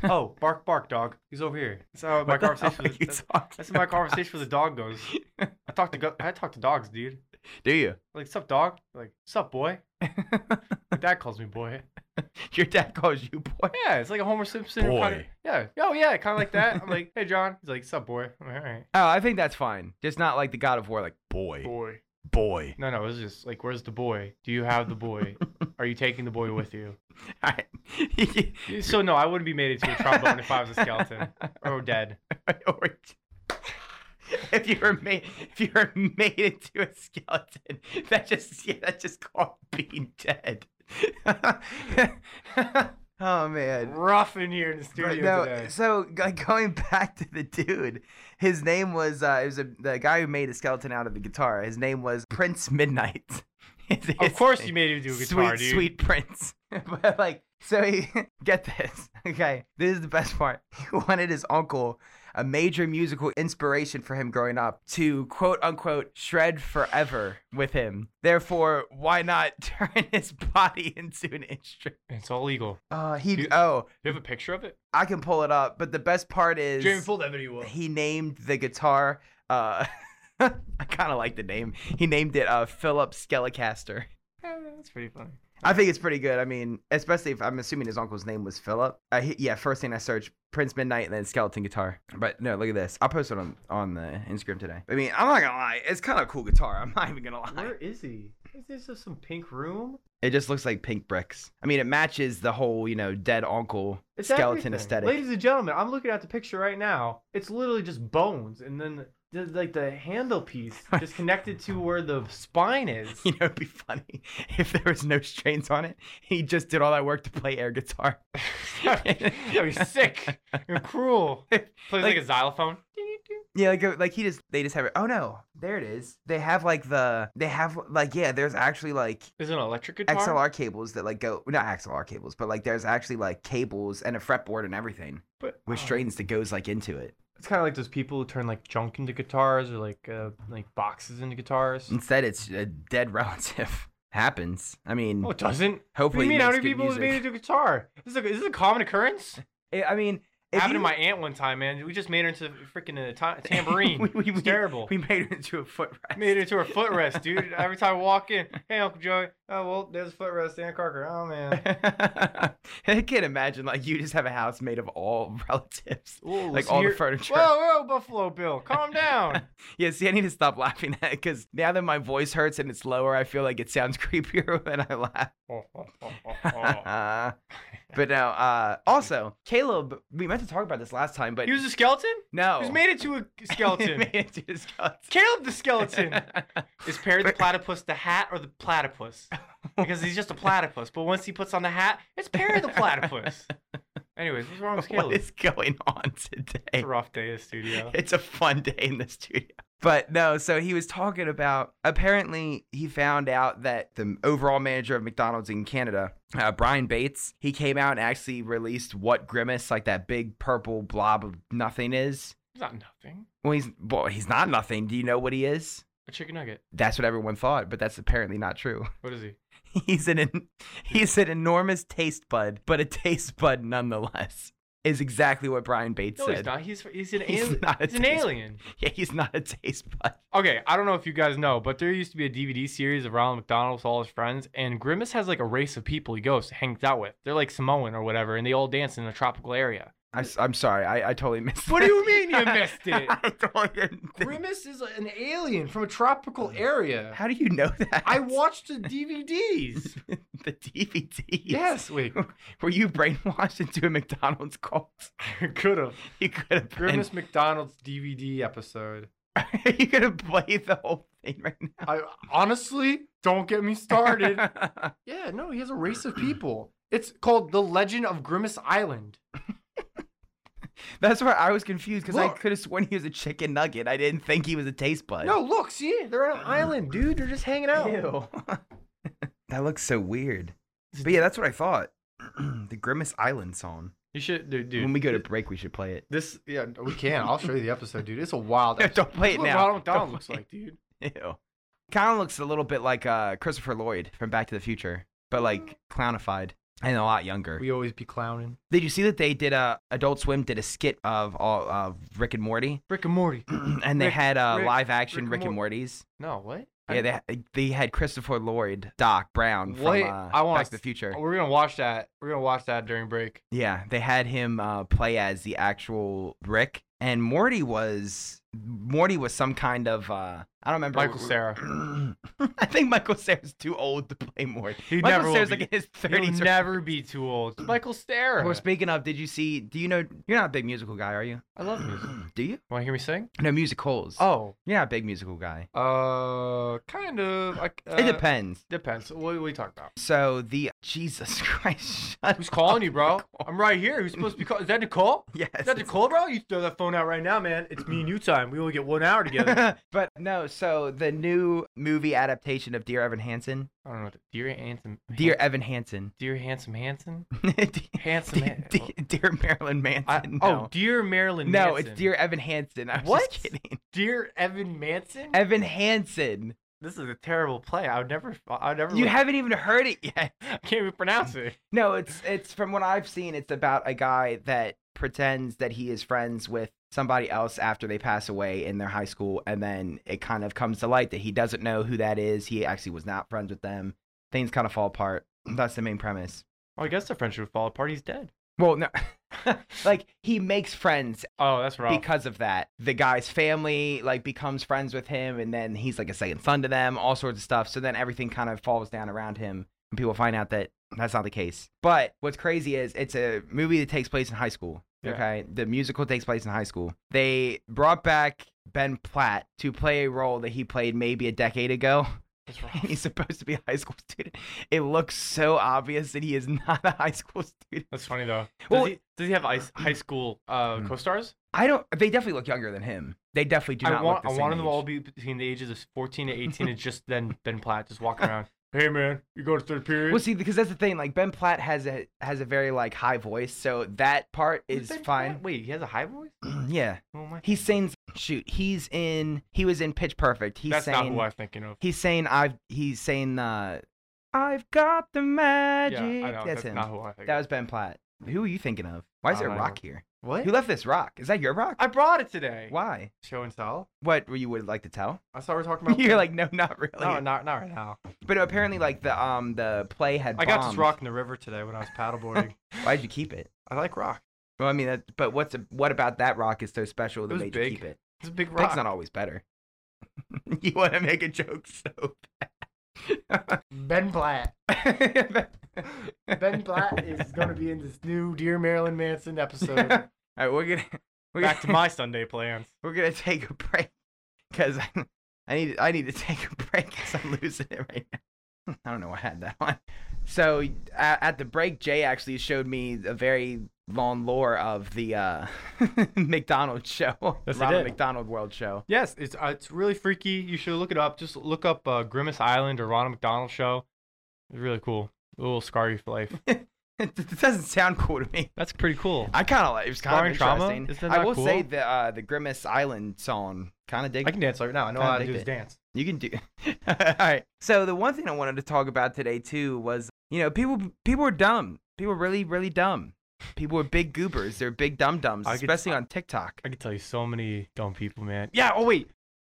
[SPEAKER 2] oh, bark bark, dog. He's over here. That's how my
[SPEAKER 1] What the hell
[SPEAKER 2] conversation.
[SPEAKER 1] are
[SPEAKER 2] With,
[SPEAKER 1] you
[SPEAKER 2] that's,
[SPEAKER 1] talking
[SPEAKER 2] that's how my
[SPEAKER 1] about?
[SPEAKER 2] conversation with the
[SPEAKER 1] <laughs>
[SPEAKER 2] dog goes. I talk to go, I talk to dogs, dude.
[SPEAKER 1] Do you? <laughs>
[SPEAKER 2] Like, sup, dog? Like, sup, boy? My dad calls me boy.
[SPEAKER 1] Your dad calls you boy.
[SPEAKER 2] Yeah, it's like a Homer Simpson. kind of-
[SPEAKER 3] Boy.
[SPEAKER 2] yeah. Oh yeah, kind of like that. I'm like, hey John. He's like, sup boy. I'm like, all right.
[SPEAKER 1] Oh, I think that's fine. Just not like the God of War, like boy. <laughs>
[SPEAKER 2] Boy.
[SPEAKER 3] Boy.
[SPEAKER 2] No, no. It was just like, where's the boy? Do you have the boy? Are you taking the boy with you?
[SPEAKER 1] I-
[SPEAKER 2] So no, I wouldn't be made into a trombone if I was a skeleton or dead.
[SPEAKER 1] Or- if you were made, if you were made into a skeleton, that just yeah, that just called being dead. <laughs> oh man.
[SPEAKER 2] Rough in here in the studio
[SPEAKER 1] But no,
[SPEAKER 2] today.
[SPEAKER 1] so like <laughs> going back to the dude, his name was uh, it was a, the guy who made a skeleton out of the guitar. His name was Prince Midnight. <laughs>
[SPEAKER 2] Of course, you made him do a guitar,
[SPEAKER 1] sweet,
[SPEAKER 2] dude.
[SPEAKER 1] sweet Prince. <laughs> but like, so he <laughs> get this. Okay, this is the best part. <laughs> He wanted his uncle, a major musical inspiration for him growing up, to quote unquote shred forever with him. Therefore, why not <laughs> turn his body <laughs> into an instrument?
[SPEAKER 2] It's all legal.
[SPEAKER 1] Uh, he
[SPEAKER 2] Dude.
[SPEAKER 1] oh,
[SPEAKER 2] You have a picture of it?
[SPEAKER 1] I can pull it up. But the best part is
[SPEAKER 2] Jamie, pull that video up.
[SPEAKER 1] he named the guitar. Uh, <laughs> I kind of like the name. He named it uh, Philip Skelecaster.
[SPEAKER 2] Eh, <laughs> That's pretty funny.
[SPEAKER 1] I think it's pretty good. I mean, especially if I'm assuming his uncle's name was Philip. I hit, yeah, first thing I searched Prince Midnight and then Skeleton Guitar. But no, look at this. I'll post it on on the Instagram today. I mean, I'm not gonna lie, it's kind of a cool guitar. I'm not even gonna lie.
[SPEAKER 2] is he? Is this just some pink room?
[SPEAKER 1] It just looks like pink bricks. I mean, it matches the whole you know dead uncle skeleton aesthetic.
[SPEAKER 2] Ladies and gentlemen, I'm looking at the picture right now. It's literally just bones, and then the, like the
[SPEAKER 1] <laughs>
[SPEAKER 2] handle piece just connected to where the spine is. <laughs>
[SPEAKER 1] You know, it'd be funny <laughs> if there was no strains on it. He just did all that work to play air guitar. <laughs>
[SPEAKER 2] That'd be sick.
[SPEAKER 1] <laughs>
[SPEAKER 2] You're cruel. Plays like,
[SPEAKER 1] Like-
[SPEAKER 2] a xylophone.
[SPEAKER 1] Yeah, like uh, like he just they just have it. Oh no, there it is. They have like the they have like yeah, there's actually like
[SPEAKER 2] Is it an electric guitar?
[SPEAKER 1] XLR cables that like go not XLR cables, but like there's actually like cables and a fretboard and everything
[SPEAKER 2] But,
[SPEAKER 1] with
[SPEAKER 2] oh.
[SPEAKER 1] strains that goes like into it.
[SPEAKER 2] It's kind of like those people who turn like junk into guitars or like uh, like boxes into guitars.
[SPEAKER 1] Instead, it's a dead <laughs> relative. Happens. I mean,
[SPEAKER 2] Oh, it doesn't. What do
[SPEAKER 1] hopefully,
[SPEAKER 2] you
[SPEAKER 1] it
[SPEAKER 2] mean? How
[SPEAKER 1] makes
[SPEAKER 2] many
[SPEAKER 1] good
[SPEAKER 2] people is made
[SPEAKER 1] music.
[SPEAKER 2] into a guitar? This is, a, this is a common occurrence.
[SPEAKER 1] I- I mean, if
[SPEAKER 2] happened
[SPEAKER 1] you-
[SPEAKER 2] to my aunt one time, man. We just made her into freaking a ta- tambourine.
[SPEAKER 1] <laughs> we, we,
[SPEAKER 2] it's terrible.
[SPEAKER 1] <laughs> We made it into a footrest.
[SPEAKER 2] made her into her footrest, dude. Every time I walk in, hey Uncle Joey. Oh well, there's a footrest, Dan Carker. Oh <laughs> man.
[SPEAKER 1] <laughs> I can't imagine like you just have a house made of all <laughs> relatives,
[SPEAKER 2] Ooh,
[SPEAKER 1] like
[SPEAKER 2] so
[SPEAKER 1] all the
[SPEAKER 2] you're-
[SPEAKER 1] furniture.
[SPEAKER 2] Whoa, whoa, Buffalo Bill, calm <laughs> down.
[SPEAKER 1] <laughs> Yeah, see, I need to stop laughing at it because now that my voice hurts and it's lower, I feel like it sounds <laughs> creepier when I laugh.
[SPEAKER 2] Oh.
[SPEAKER 1] <laughs>
[SPEAKER 2] <laughs>
[SPEAKER 1] but no, uh, also, Caleb, we meant to talk about this last time, but
[SPEAKER 2] He was a skeleton.
[SPEAKER 1] no.
[SPEAKER 2] He's made it to a <laughs>
[SPEAKER 1] He <laughs>
[SPEAKER 2] skeleton.
[SPEAKER 1] made it to the skeleton.
[SPEAKER 2] Caleb the skeleton. <laughs>
[SPEAKER 1] <laughs>
[SPEAKER 2] Is Perry the platypus the hat or the platypus? Because he's just a platypus. But once he puts on the hat, it's Perry the platypus. <laughs> Anyways, what's wrong with Caleb?
[SPEAKER 1] what is going on
[SPEAKER 2] It's
[SPEAKER 1] today?
[SPEAKER 2] a rough day at the <laughs> studio.
[SPEAKER 1] <laughs> It's a fun day in the studio. But no, so he was talking about apparently he found out that the overall manager of McDonald's in Canada, uh, Brian Bates, he came out and actually released what Grimace, like that big purple blob of nothing, is.
[SPEAKER 2] It's not nothing.
[SPEAKER 1] Well, he's well, he's not nothing. Do you know what he is?
[SPEAKER 2] A chicken nugget.
[SPEAKER 1] That's what everyone thought, but that's apparently not true. <laughs>
[SPEAKER 2] What is he?
[SPEAKER 1] He's an en- <laughs> he's an enormous taste bud, but a taste bud nonetheless. Is exactly what Brian Bates
[SPEAKER 2] No,
[SPEAKER 1] said.
[SPEAKER 2] he's not. He's he's an
[SPEAKER 1] He's
[SPEAKER 2] alien.
[SPEAKER 1] not a
[SPEAKER 2] He's an
[SPEAKER 1] taste-
[SPEAKER 2] alien.
[SPEAKER 1] <laughs> Yeah, he's not a taste bud.
[SPEAKER 2] Okay, I don't know if you guys know, but there used to be a DVD series of Ronald McDonald with all his friends, and Grimace has like a race of people he goes hangs out with. They're like Samoan or whatever, and they all dance in a tropical area.
[SPEAKER 1] I, am sorry, I, I totally <laughs> missed.
[SPEAKER 2] What do
[SPEAKER 1] that.
[SPEAKER 2] you mean you missed it?
[SPEAKER 1] <laughs> I totally didn't think-
[SPEAKER 2] <laughs> <laughs> Grimace is an alien from a tropical area.
[SPEAKER 1] How do you know that?
[SPEAKER 2] I watched the DVDs.
[SPEAKER 1] <laughs> the DVD.
[SPEAKER 2] yes, wait.
[SPEAKER 1] Were you brainwashed into a McDonald's cult? <laughs>
[SPEAKER 2] <laughs> Could have.
[SPEAKER 1] You could have been.
[SPEAKER 2] Grimace McDonald's DVD episode.
[SPEAKER 1] <laughs> you could have played the whole thing right now.
[SPEAKER 2] I honestly don't get me started.
[SPEAKER 1] <laughs>
[SPEAKER 2] Yeah, no, he has a race of people. It's called The Legend of Grimace Island.
[SPEAKER 1] That's where I was confused because I
[SPEAKER 2] Look.
[SPEAKER 1] could have sworn he was a chicken nugget. I didn't think he was a taste bud.
[SPEAKER 2] No, look, see? They're on an island, dude. They're just hanging out.
[SPEAKER 1] Ew. <laughs> that looks so weird. But yeah, that's what I thought. <clears throat> the Grimace Island song.
[SPEAKER 2] You should, dude.
[SPEAKER 1] when we go to break, we should play it.
[SPEAKER 2] this, yeah, we can. I'll show you the episode, dude. It's
[SPEAKER 1] <laughs>
[SPEAKER 2] a wild
[SPEAKER 1] No,
[SPEAKER 2] episode.
[SPEAKER 1] don't play it
[SPEAKER 2] Look what
[SPEAKER 1] now.
[SPEAKER 2] Ronald McDonald
[SPEAKER 1] Don't
[SPEAKER 2] looks
[SPEAKER 1] play
[SPEAKER 2] like, dude.
[SPEAKER 1] <laughs> Ew. Kind of looks a little bit like uh, Christopher Lloyd from Back to the Future, but like clownified and a lot younger.
[SPEAKER 2] We always be clowning.
[SPEAKER 1] Did you see that they did a Adult Swim did a skit of all of Rick and Morty,
[SPEAKER 2] Rick and Morty.
[SPEAKER 1] and they
[SPEAKER 2] <clears throat> Rick-
[SPEAKER 1] had uh,
[SPEAKER 2] Rick-
[SPEAKER 1] live action
[SPEAKER 2] Rick
[SPEAKER 1] Rick,
[SPEAKER 2] and
[SPEAKER 1] and Morty's.
[SPEAKER 2] No, what?
[SPEAKER 1] Yeah, they ha- they had Christopher Lloyd, Doc Brown from
[SPEAKER 2] What?
[SPEAKER 1] uh,
[SPEAKER 2] I wanna
[SPEAKER 1] Back to the
[SPEAKER 2] s-
[SPEAKER 1] Future.
[SPEAKER 2] We're gonna watch that. We're gonna watch that during break.
[SPEAKER 1] Yeah, they had him uh, play as the actual Rick, and Morty was Morty was some kind of uh, I don't remember.
[SPEAKER 2] Michael Sarah.
[SPEAKER 1] <clears throat> I think Michael Sarah's too old to play Morty.
[SPEAKER 2] He
[SPEAKER 1] Michael
[SPEAKER 2] never will
[SPEAKER 1] Cera's
[SPEAKER 2] be.
[SPEAKER 1] like in his
[SPEAKER 2] He'll
[SPEAKER 1] thirties.
[SPEAKER 2] never be too old. Michael Sarah.
[SPEAKER 1] Well, speaking of, did you see? Do you know? You're not a big musical guy, are
[SPEAKER 2] <clears throat>
[SPEAKER 1] you?
[SPEAKER 2] I love music.
[SPEAKER 1] Do you?
[SPEAKER 2] Want to hear me sing?
[SPEAKER 1] No musicals.
[SPEAKER 2] Oh,
[SPEAKER 1] you're not a big musical guy.
[SPEAKER 2] uh, kind of. Like, uh,
[SPEAKER 1] it depends.
[SPEAKER 2] Depends. What what we talk
[SPEAKER 1] <laughs>
[SPEAKER 2] about?
[SPEAKER 1] So the Jesus <laughs> Christ. shut
[SPEAKER 2] Who's
[SPEAKER 1] up.
[SPEAKER 2] calling you, bro? I'm right here. Who's supposed to be calling? Is that Nicole?
[SPEAKER 1] Yes. <laughs>
[SPEAKER 2] Is that Nicole, bro? You throw that phone out right now, man. It's me and you time. We only get one
[SPEAKER 1] <laughs>
[SPEAKER 2] hour together.
[SPEAKER 1] but no, so the new movie adaptation of Dear Evan Hansen.
[SPEAKER 2] I don't know. What the, dear handsome.
[SPEAKER 1] Dear Evan Hansen. <laughs>
[SPEAKER 2] Dear handsome Hanson.
[SPEAKER 1] dear,
[SPEAKER 2] Handsome.
[SPEAKER 1] dear,
[SPEAKER 2] Han-
[SPEAKER 1] dear Marilyn Manson.
[SPEAKER 2] I,
[SPEAKER 1] no.
[SPEAKER 2] Oh, dear Marilyn.
[SPEAKER 1] no,
[SPEAKER 2] Manson.
[SPEAKER 1] it's Dear Evan Hansen. I was
[SPEAKER 2] What?
[SPEAKER 1] just kidding.
[SPEAKER 2] Dear Evan Manson.
[SPEAKER 1] Evan Hansen.
[SPEAKER 2] this is a terrible play. I would never. I would never.
[SPEAKER 1] You
[SPEAKER 2] would-
[SPEAKER 1] haven't even heard it yet.
[SPEAKER 2] I <laughs> can't even pronounce it.
[SPEAKER 1] No, it's it's from what I've seen. It's about a guy that pretends that he is friends with somebody else after they pass away in their high school, and then it kind of comes to light that he doesn't know who that is. He actually was not friends with them. Things kind of fall apart. <clears throat> That's the main premise.
[SPEAKER 2] Well, Oh, I guess the friendship would fall apart. He's dead. <laughs>
[SPEAKER 1] Well, no, <laughs> like he makes friends
[SPEAKER 2] Oh, that's wrong.
[SPEAKER 1] because of that. The guy's family like becomes friends with him, and then he's like a second son to them. All sorts of stuff. So then everything kind of falls down around him, and people find out that that's not the case. But what's crazy is it's a movie that takes place in high school.
[SPEAKER 2] Yeah.
[SPEAKER 1] Okay, the musical takes place in high school. They brought back Ben Platt to play a role that he played maybe a decade ago. <laughs>
[SPEAKER 2] that's wrong.
[SPEAKER 1] He's supposed to be a high school student. It looks so obvious that he is <laughs> not a high school student.
[SPEAKER 2] That's
[SPEAKER 1] <laughs>
[SPEAKER 2] funny though. Does,
[SPEAKER 1] Well-
[SPEAKER 2] he, does he have ice, high school uh,
[SPEAKER 1] Mm.
[SPEAKER 2] co-stars?
[SPEAKER 1] I don't. They definitely look younger than him. They definitely do not
[SPEAKER 2] I want
[SPEAKER 1] look the
[SPEAKER 2] I
[SPEAKER 1] same
[SPEAKER 2] want them to
[SPEAKER 1] age.
[SPEAKER 2] all be between the ages of
[SPEAKER 1] <laughs>
[SPEAKER 2] 14 to 18 and just then Ben Platt just walking around. Hey man, you go to third period?
[SPEAKER 1] Well, see, because that's the thing. Like Ben Platt has a has a very like high voice, so that part
[SPEAKER 2] Who's
[SPEAKER 1] is
[SPEAKER 2] Ben
[SPEAKER 1] fine.
[SPEAKER 2] Platt? Wait, he has a high voice?
[SPEAKER 1] <clears throat> yeah,
[SPEAKER 2] Oh my.
[SPEAKER 1] he's saying shoot. He's in. He was in Pitch Perfect. He's
[SPEAKER 2] that's
[SPEAKER 1] saying.
[SPEAKER 2] not who I'm thinking of.
[SPEAKER 1] He's saying I've. He's saying uh, I've got the magic.
[SPEAKER 2] Yeah, I know.
[SPEAKER 1] That's,
[SPEAKER 2] That's,
[SPEAKER 1] him.
[SPEAKER 2] not who I think.
[SPEAKER 1] That was Ben Platt. Who are you thinking of? Why is
[SPEAKER 2] I
[SPEAKER 1] there a
[SPEAKER 2] don't
[SPEAKER 1] rock here?
[SPEAKER 2] of. what?
[SPEAKER 1] Who left this rock? Is that your rock?
[SPEAKER 2] I brought it today.
[SPEAKER 1] Why?
[SPEAKER 2] Show and tell.
[SPEAKER 1] What you would like to tell?
[SPEAKER 2] I thought we were <laughs> talking
[SPEAKER 1] <laughs>
[SPEAKER 2] about.
[SPEAKER 1] You're like no, not really.
[SPEAKER 2] no, not not right now.
[SPEAKER 1] But apparently, like the um the play had.
[SPEAKER 2] I got this
[SPEAKER 1] bombed.
[SPEAKER 2] rock in the river today when I was <laughs> paddleboarding.
[SPEAKER 1] Why'd you keep it?
[SPEAKER 2] I like rock.
[SPEAKER 1] Well, I mean, that, but what's a, what about that rock is so special that
[SPEAKER 2] was
[SPEAKER 1] made
[SPEAKER 2] big.
[SPEAKER 1] you keep it?
[SPEAKER 2] It's a big rock.
[SPEAKER 1] Big's not always better. you want to make a joke <laughs> so
[SPEAKER 2] Ben Platt.
[SPEAKER 1] bad.
[SPEAKER 2] Ben Platt is going to be in this new Dear Marilyn Manson
[SPEAKER 1] All
[SPEAKER 2] episode.
[SPEAKER 1] right, we're gonna we're
[SPEAKER 2] <laughs> Back to
[SPEAKER 1] gonna,
[SPEAKER 2] my Sunday plans.
[SPEAKER 1] we're gonna take a break because I, I need I need to take a break because I'm losing it right now. I don't know why I had that one. So at, at the break, Jay actually showed me a very long lore of the uh, <laughs> McDonald's show,
[SPEAKER 2] Yes, I
[SPEAKER 1] Ronald
[SPEAKER 2] did.
[SPEAKER 1] McDonald World Show. <laughs>
[SPEAKER 2] Yes, it's uh, it's really freaky. You should look it up. Just look up uh, Grimace Island or Ronald McDonald Show. It's really cool. A little scar you for <laughs> life.
[SPEAKER 1] it doesn't sound cool to me.
[SPEAKER 2] That's pretty cool.
[SPEAKER 1] I kind of like it was kind of
[SPEAKER 2] Barn Trauma?
[SPEAKER 1] interesting.
[SPEAKER 2] Isn't that
[SPEAKER 1] I will
[SPEAKER 2] cool?
[SPEAKER 1] say the uh, the Grimace Island song kind of dig.
[SPEAKER 2] I can dance right now. I know
[SPEAKER 1] Kinda
[SPEAKER 2] how to
[SPEAKER 1] dig
[SPEAKER 2] do this
[SPEAKER 1] it.
[SPEAKER 2] dance.
[SPEAKER 1] You can do. <laughs> All right. So the one thing I wanted to talk about today too was you know people people are dumb. People are really really dumb. People are big goobers. They're big dum dums,
[SPEAKER 2] I could-
[SPEAKER 1] especially on TikTok.
[SPEAKER 2] I can tell you so many dumb people, man. Yeah. Oh wait.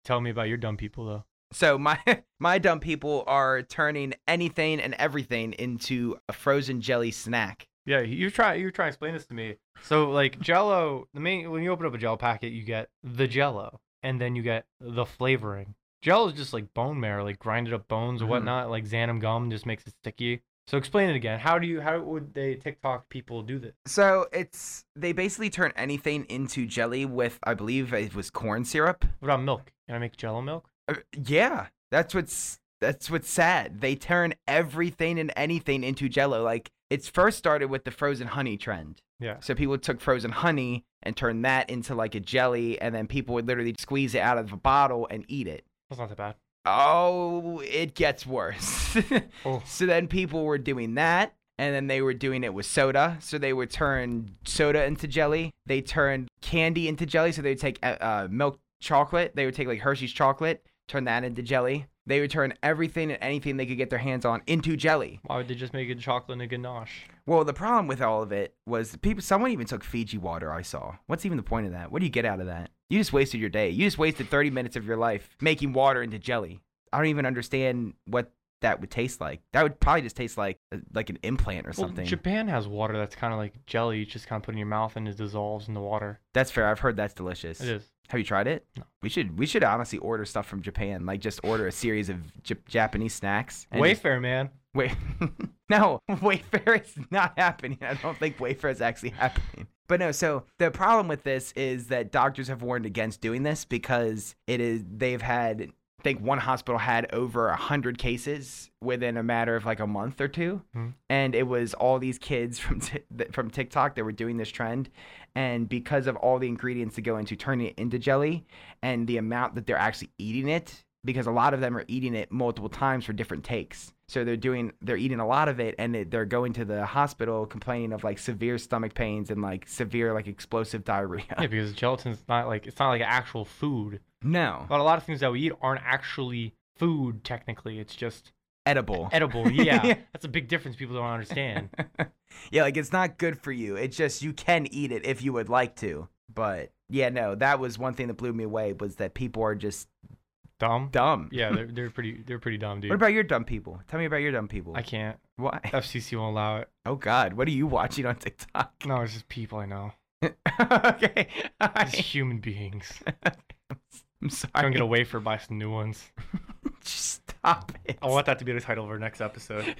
[SPEAKER 2] Tell me about your dumb people though.
[SPEAKER 1] So my <laughs> my dumb people are turning anything and everything into a frozen jelly snack.
[SPEAKER 2] Yeah, you try. You were trying to explain this to me. So like Jello, the main when you open up a Jello packet, you get the Jello, and then you get the flavoring. Jello is just like bone marrow, like grinded up bones or
[SPEAKER 1] Mhm.
[SPEAKER 2] whatnot. Like xanthan gum just makes it sticky. So explain it again. How do you? How would they TikTok people do this?
[SPEAKER 1] So it's they basically turn anything into jelly with I believe it was corn syrup.
[SPEAKER 2] What about milk? Can I make Jello milk?
[SPEAKER 1] Uh, yeah, that's what's that's what's sad. They turn everything and anything into jello. Like it's first started with the frozen honey trend.
[SPEAKER 2] Yeah.
[SPEAKER 1] So people took frozen honey and turned that into like a jelly and then people would literally squeeze it out of a bottle and eat it.
[SPEAKER 2] That's not that bad.
[SPEAKER 1] Oh, it gets worse. <laughs>
[SPEAKER 2] Oh.
[SPEAKER 1] so then people were doing that and then they were doing it with soda. So they would turn soda into jelly. They turned candy into jelly. So they would take uh, uh, milk chocolate. They would take like Hershey's chocolate, turn that into jelly. They would turn everything and anything they could get their hands on into jelly.
[SPEAKER 2] Why would they just make a chocolate and a ganache?
[SPEAKER 1] Well, the problem with all of it was people. Someone even took Fiji water. I saw. What's even the point of that? What do you get out of that? You just wasted your day. You just wasted 30 minutes of your life making water into jelly. I don't even understand what that would taste like. That would probably just taste like uh, like an implant or
[SPEAKER 2] Well,
[SPEAKER 1] something.
[SPEAKER 2] Japan has water that's kind of like jelly. You just kind of put in your mouth and it dissolves in the water.
[SPEAKER 1] that's fair. I've heard that's delicious.
[SPEAKER 2] It is.
[SPEAKER 1] Have you tried it?
[SPEAKER 2] No.
[SPEAKER 1] We should we should honestly order stuff from Japan. Like just order a series of J- Japanese snacks. and just- <laughs>
[SPEAKER 2] Wayfair, man.
[SPEAKER 1] Wait, no, Wayfair is not happening. I don't think Wayfair is actually happening. But no, so the problem with this is that doctors have warned against doing this because it is they've had I think one hospital had over a hundred cases within a matter of like a month or 2
[SPEAKER 2] Hmm.
[SPEAKER 1] and it was all these kids <laughs> from Ti- that from TikTok that were doing this trend, and because of all the ingredients that go into turning it into jelly and the amount that they're actually eating it because a lot of them are eating it multiple times for different takes so they're doing they're eating a lot of it and it, they're going to the hospital complaining of like severe stomach pains and like severe like explosive diarrhea
[SPEAKER 2] Yeah, because gelatin's not like it's not like actual food.
[SPEAKER 1] <laughs> no
[SPEAKER 2] But a lot of things that we eat aren't actually food technically. It's just
[SPEAKER 1] edible
[SPEAKER 2] edible. Yeah,
[SPEAKER 1] <laughs> Yeah.
[SPEAKER 2] that's a big difference. People don't understand.
[SPEAKER 1] yeah like it's not good for you it's just you can eat it if you would like to but yeah no that was one thing that blew me away was that people are just
[SPEAKER 2] Dumb.
[SPEAKER 1] <laughs> dumb
[SPEAKER 2] Yeah, they're they're pretty they're pretty dumb, dude.
[SPEAKER 1] what about your dumb people tell me about your dumb people
[SPEAKER 2] I can't.
[SPEAKER 1] why <laughs>
[SPEAKER 2] FCC won't allow it.
[SPEAKER 1] oh god what are you watching on tiktok <laughs>
[SPEAKER 2] No, it's just people I know.
[SPEAKER 1] okay <laughs> all
[SPEAKER 2] It's
[SPEAKER 1] right.
[SPEAKER 2] human
[SPEAKER 1] <laughs>
[SPEAKER 2] beings.
[SPEAKER 1] i'm
[SPEAKER 2] I'm
[SPEAKER 1] <laughs>
[SPEAKER 2] gonna
[SPEAKER 1] sorry
[SPEAKER 2] get a wafer, buy some new ones.
[SPEAKER 1] <laughs> stop it
[SPEAKER 2] I want that to be the title of our next episode.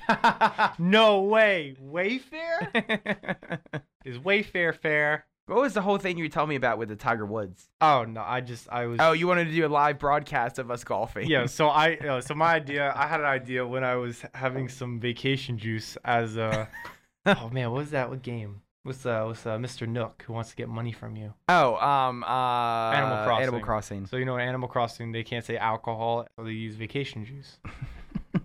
[SPEAKER 2] No way, Wayfair is Wayfair fair?
[SPEAKER 1] What was the whole thing you were telling me about with the Tiger Woods?
[SPEAKER 2] Oh no, I just I was.
[SPEAKER 1] Oh, you wanted to do a live broadcast of us golfing.
[SPEAKER 2] yeah so i uh, so my idea i had an idea when i was having some vacation juice as uh oh man what was that what game what's uh what's uh mr nook who wants to get money from you
[SPEAKER 1] Oh, um, uh,
[SPEAKER 2] Animal Crossing.
[SPEAKER 1] Animal Crossing. <laughs>
[SPEAKER 2] so you know in animal crossing they can't say alcohol so they use vacation juice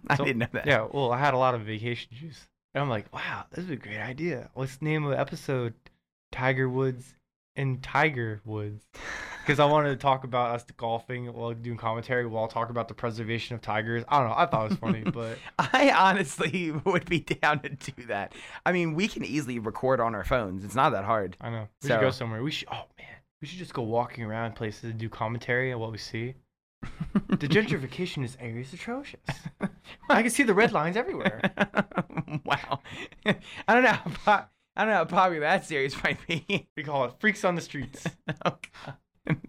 [SPEAKER 1] I
[SPEAKER 2] So-
[SPEAKER 1] didn't know that.
[SPEAKER 2] yeah well i had a lot of vacation juice and i'm like wow this is a great idea let's name the episode tiger woods and tiger <laughs> woods because i wanted to talk about us golfing while doing commentary while talk about the preservation of tigers i don't know i thought it was <laughs> funny but
[SPEAKER 1] I honestly <laughs> would be down to do that. I mean, we can easily record on our phones. It's not that hard. <laughs>
[SPEAKER 2] I know. We should go
[SPEAKER 1] So-
[SPEAKER 2] somewhere. We should. Oh man, we should just go walking around places and do commentary on what we see. the gentrification in this area is atrocious. I can see the red lines <laughs> everywhere.
[SPEAKER 1] wow. <laughs> I don't know. How po- I don't know how popular that series might be. <laughs>
[SPEAKER 2] We call it freaks on the streets.
[SPEAKER 1] Oh,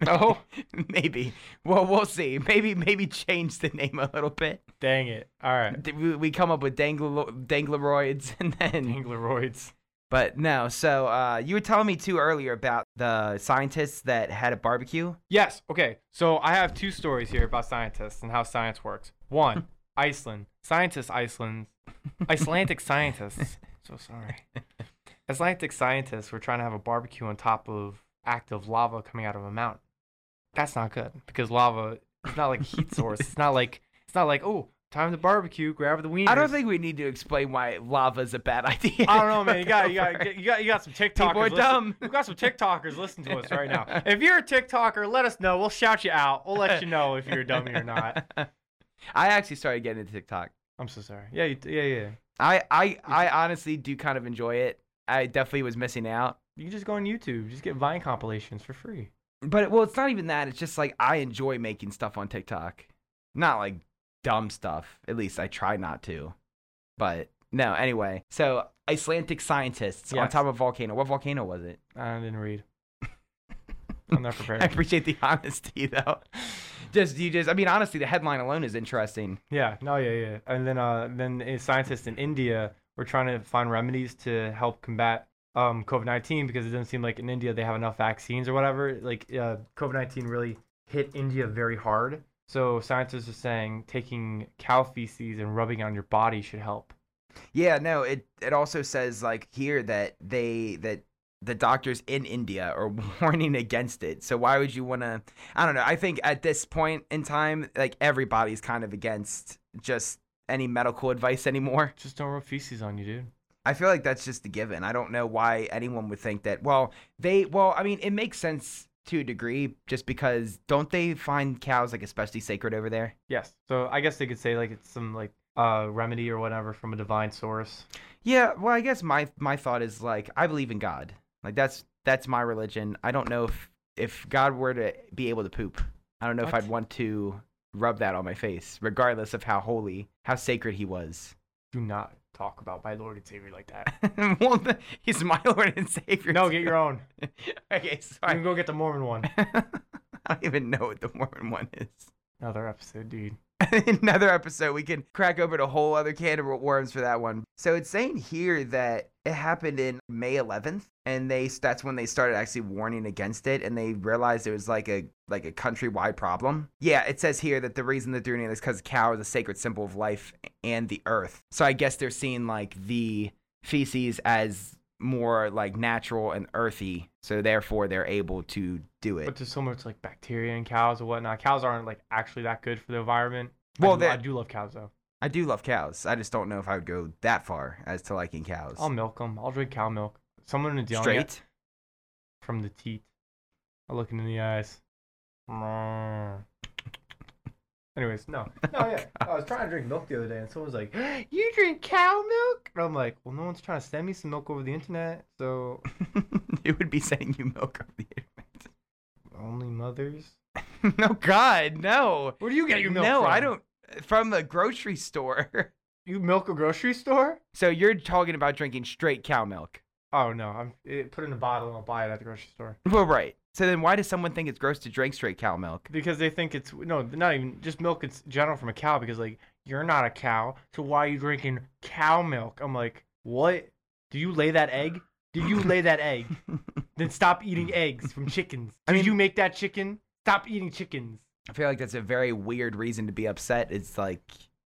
[SPEAKER 2] Oh.
[SPEAKER 1] <laughs> maybe. Well, we'll see. Maybe, maybe change the name a little bit.
[SPEAKER 2] Dang it! All right,
[SPEAKER 1] Th- We we come up with dangler dangleroids, <laughs> and then.
[SPEAKER 2] Angleroids.
[SPEAKER 1] But no. So uh, you were telling me too earlier about the scientists that had a barbecue.
[SPEAKER 2] Yes. Okay. So I have two stories here about scientists and how science works.
[SPEAKER 1] <laughs>
[SPEAKER 2] One, Iceland. Scientists, Iceland.
[SPEAKER 1] <laughs>
[SPEAKER 2] Icelandic scientists. So sorry. Icelandic scientists were trying to have a barbecue on top of active lava coming out of a mountain. That's not good because lava is not like a heat source. It's not like it's not like oh time to barbecue, grab the wieners.
[SPEAKER 1] I don't think we need to explain why lava's a bad <laughs> idea.
[SPEAKER 2] I don't know, man. You got you got you got you got some
[SPEAKER 1] <laughs>
[SPEAKER 2] TikTokers.
[SPEAKER 1] People are
[SPEAKER 2] listen-
[SPEAKER 1] dumb.
[SPEAKER 2] We got some TikTokers listening to us right <laughs> now. If you're a TikToker, let us know. We'll shout you out. We'll let you know if you're a dummy <laughs> or not.
[SPEAKER 1] <laughs> I actually started getting into TikTok.
[SPEAKER 2] I'm so sorry. Yeah, you, yeah, yeah.
[SPEAKER 1] I, I
[SPEAKER 2] <laughs>
[SPEAKER 1] I honestly do kind of enjoy it. I definitely was missing out.
[SPEAKER 2] You can just go on YouTube. Just get Vine compilations for free.
[SPEAKER 1] But well, it's not even that. It's just like I enjoy making stuff on TikTok. Not like dumb stuff. At least I try not to. But no, anyway. So Icelandic scientists on
[SPEAKER 2] Yes.
[SPEAKER 1] top of a volcano. What volcano was it?
[SPEAKER 2] I didn't <laughs> read. I'm not
[SPEAKER 1] I
[SPEAKER 2] prepared.
[SPEAKER 1] appreciate the <laughs> honesty though. Just you just I mean honestly the headline alone is interesting.
[SPEAKER 2] Yeah. No. Yeah. Yeah. And then, uh, then a scientist in India were trying to find remedies to help combat um COVID-19 because it doesn't seem like in India they have enough vaccines or whatever. Like uh, COVID-19 really hit India very hard. So scientists are saying taking cow feces and rubbing it on your body should help.
[SPEAKER 1] Yeah, no, it it also says like here that they that the doctors in India are <laughs> warning against it. So why would you want to I don't know. I think at this point in time like everybody's kind of against just any medical <laughs> advice anymore.
[SPEAKER 2] Just don't rub feces on you, dude.
[SPEAKER 1] I feel like that's just a given. I don't know why anyone would think that. Well, they well, I mean, it makes sense to a degree just because don't they find cows like especially sacred over there?
[SPEAKER 2] Yes. So I guess they could say like it's some like uh remedy or whatever from a divine source.
[SPEAKER 1] Yeah, well, I guess my my thought is like I believe in God. Like that's that's my religion. I don't know if if God were to be able to poop, I don't know if
[SPEAKER 2] What?
[SPEAKER 1] I'd want to rub that on my face, regardless of how holy, how sacred he was. <laughs>
[SPEAKER 2] Do not talk about my Lord and Savior like that.
[SPEAKER 1] well, th- he's my <laughs> Lord and Savior.
[SPEAKER 2] <laughs> No,
[SPEAKER 1] too.
[SPEAKER 2] get your own.
[SPEAKER 1] <laughs> okay,
[SPEAKER 2] You can <laughs>
[SPEAKER 1] sorry. <laughs>
[SPEAKER 2] go get the Mormon one.
[SPEAKER 1] I don't even know what the Mormon one is.
[SPEAKER 2] Another episode, dude.
[SPEAKER 1] <laughs> another episode. We can crack open a whole other can of worms for that one. So it's saying here that it happened in May 11th, and they that's when they started actually warning against it, and they realized it was like a like a countrywide problem. Yeah, it says here that the reason they're doing it is because cow is a sacred symbol of life and the earth. So I guess they're seeing like the feces as more like natural and earthy, so therefore they're able to do it.
[SPEAKER 2] But there's so much like bacteria in cows and whatnot. Cows aren't like actually that good for the environment.
[SPEAKER 1] Well,
[SPEAKER 2] I do,
[SPEAKER 1] they're-
[SPEAKER 2] I do love cows though.
[SPEAKER 1] I do love cows. I just don't know if I would go that far as to liking cows.
[SPEAKER 2] I'll milk them. I'll drink cow milk. Someone is yelling
[SPEAKER 1] <laughs>
[SPEAKER 2] at
[SPEAKER 1] straight.
[SPEAKER 2] from the teat. I look him in the eyes. <laughs> Mm. Anyways, no, no, yeah. I was trying to drink milk the other day, and someone was like, <gasps> "You drink cow milk?" And I'm like, "Well, no one's trying to send me some milk over the internet, so
[SPEAKER 1] it would be saying you milk over the internet.
[SPEAKER 2] only mothers."
[SPEAKER 1] <laughs> no, God, no.
[SPEAKER 2] Where do you get your milk?
[SPEAKER 1] no, I
[SPEAKER 2] from?
[SPEAKER 1] don't. From the grocery store. <laughs>
[SPEAKER 2] You milk a grocery store?
[SPEAKER 1] so you're talking about drinking straight cow milk.
[SPEAKER 2] Oh no, I'm it, put it in a bottle and I'll buy it at the grocery store
[SPEAKER 1] Well, right. So then why does someone think it's gross to drink straight cow milk?
[SPEAKER 2] because they think it's no, not even just milk. It's general from a cow because like you're not a cow, so why are you drinking cow milk? I'm like, what? Do you lay that egg? Do you lay
[SPEAKER 1] <laughs>
[SPEAKER 2] that egg? then stop eating eggs from chickens.
[SPEAKER 1] I
[SPEAKER 2] I
[SPEAKER 1] mean-
[SPEAKER 2] mean, you make that chicken. Stop eating chickens.
[SPEAKER 1] I feel like that's a very weird reason to be upset. It's like.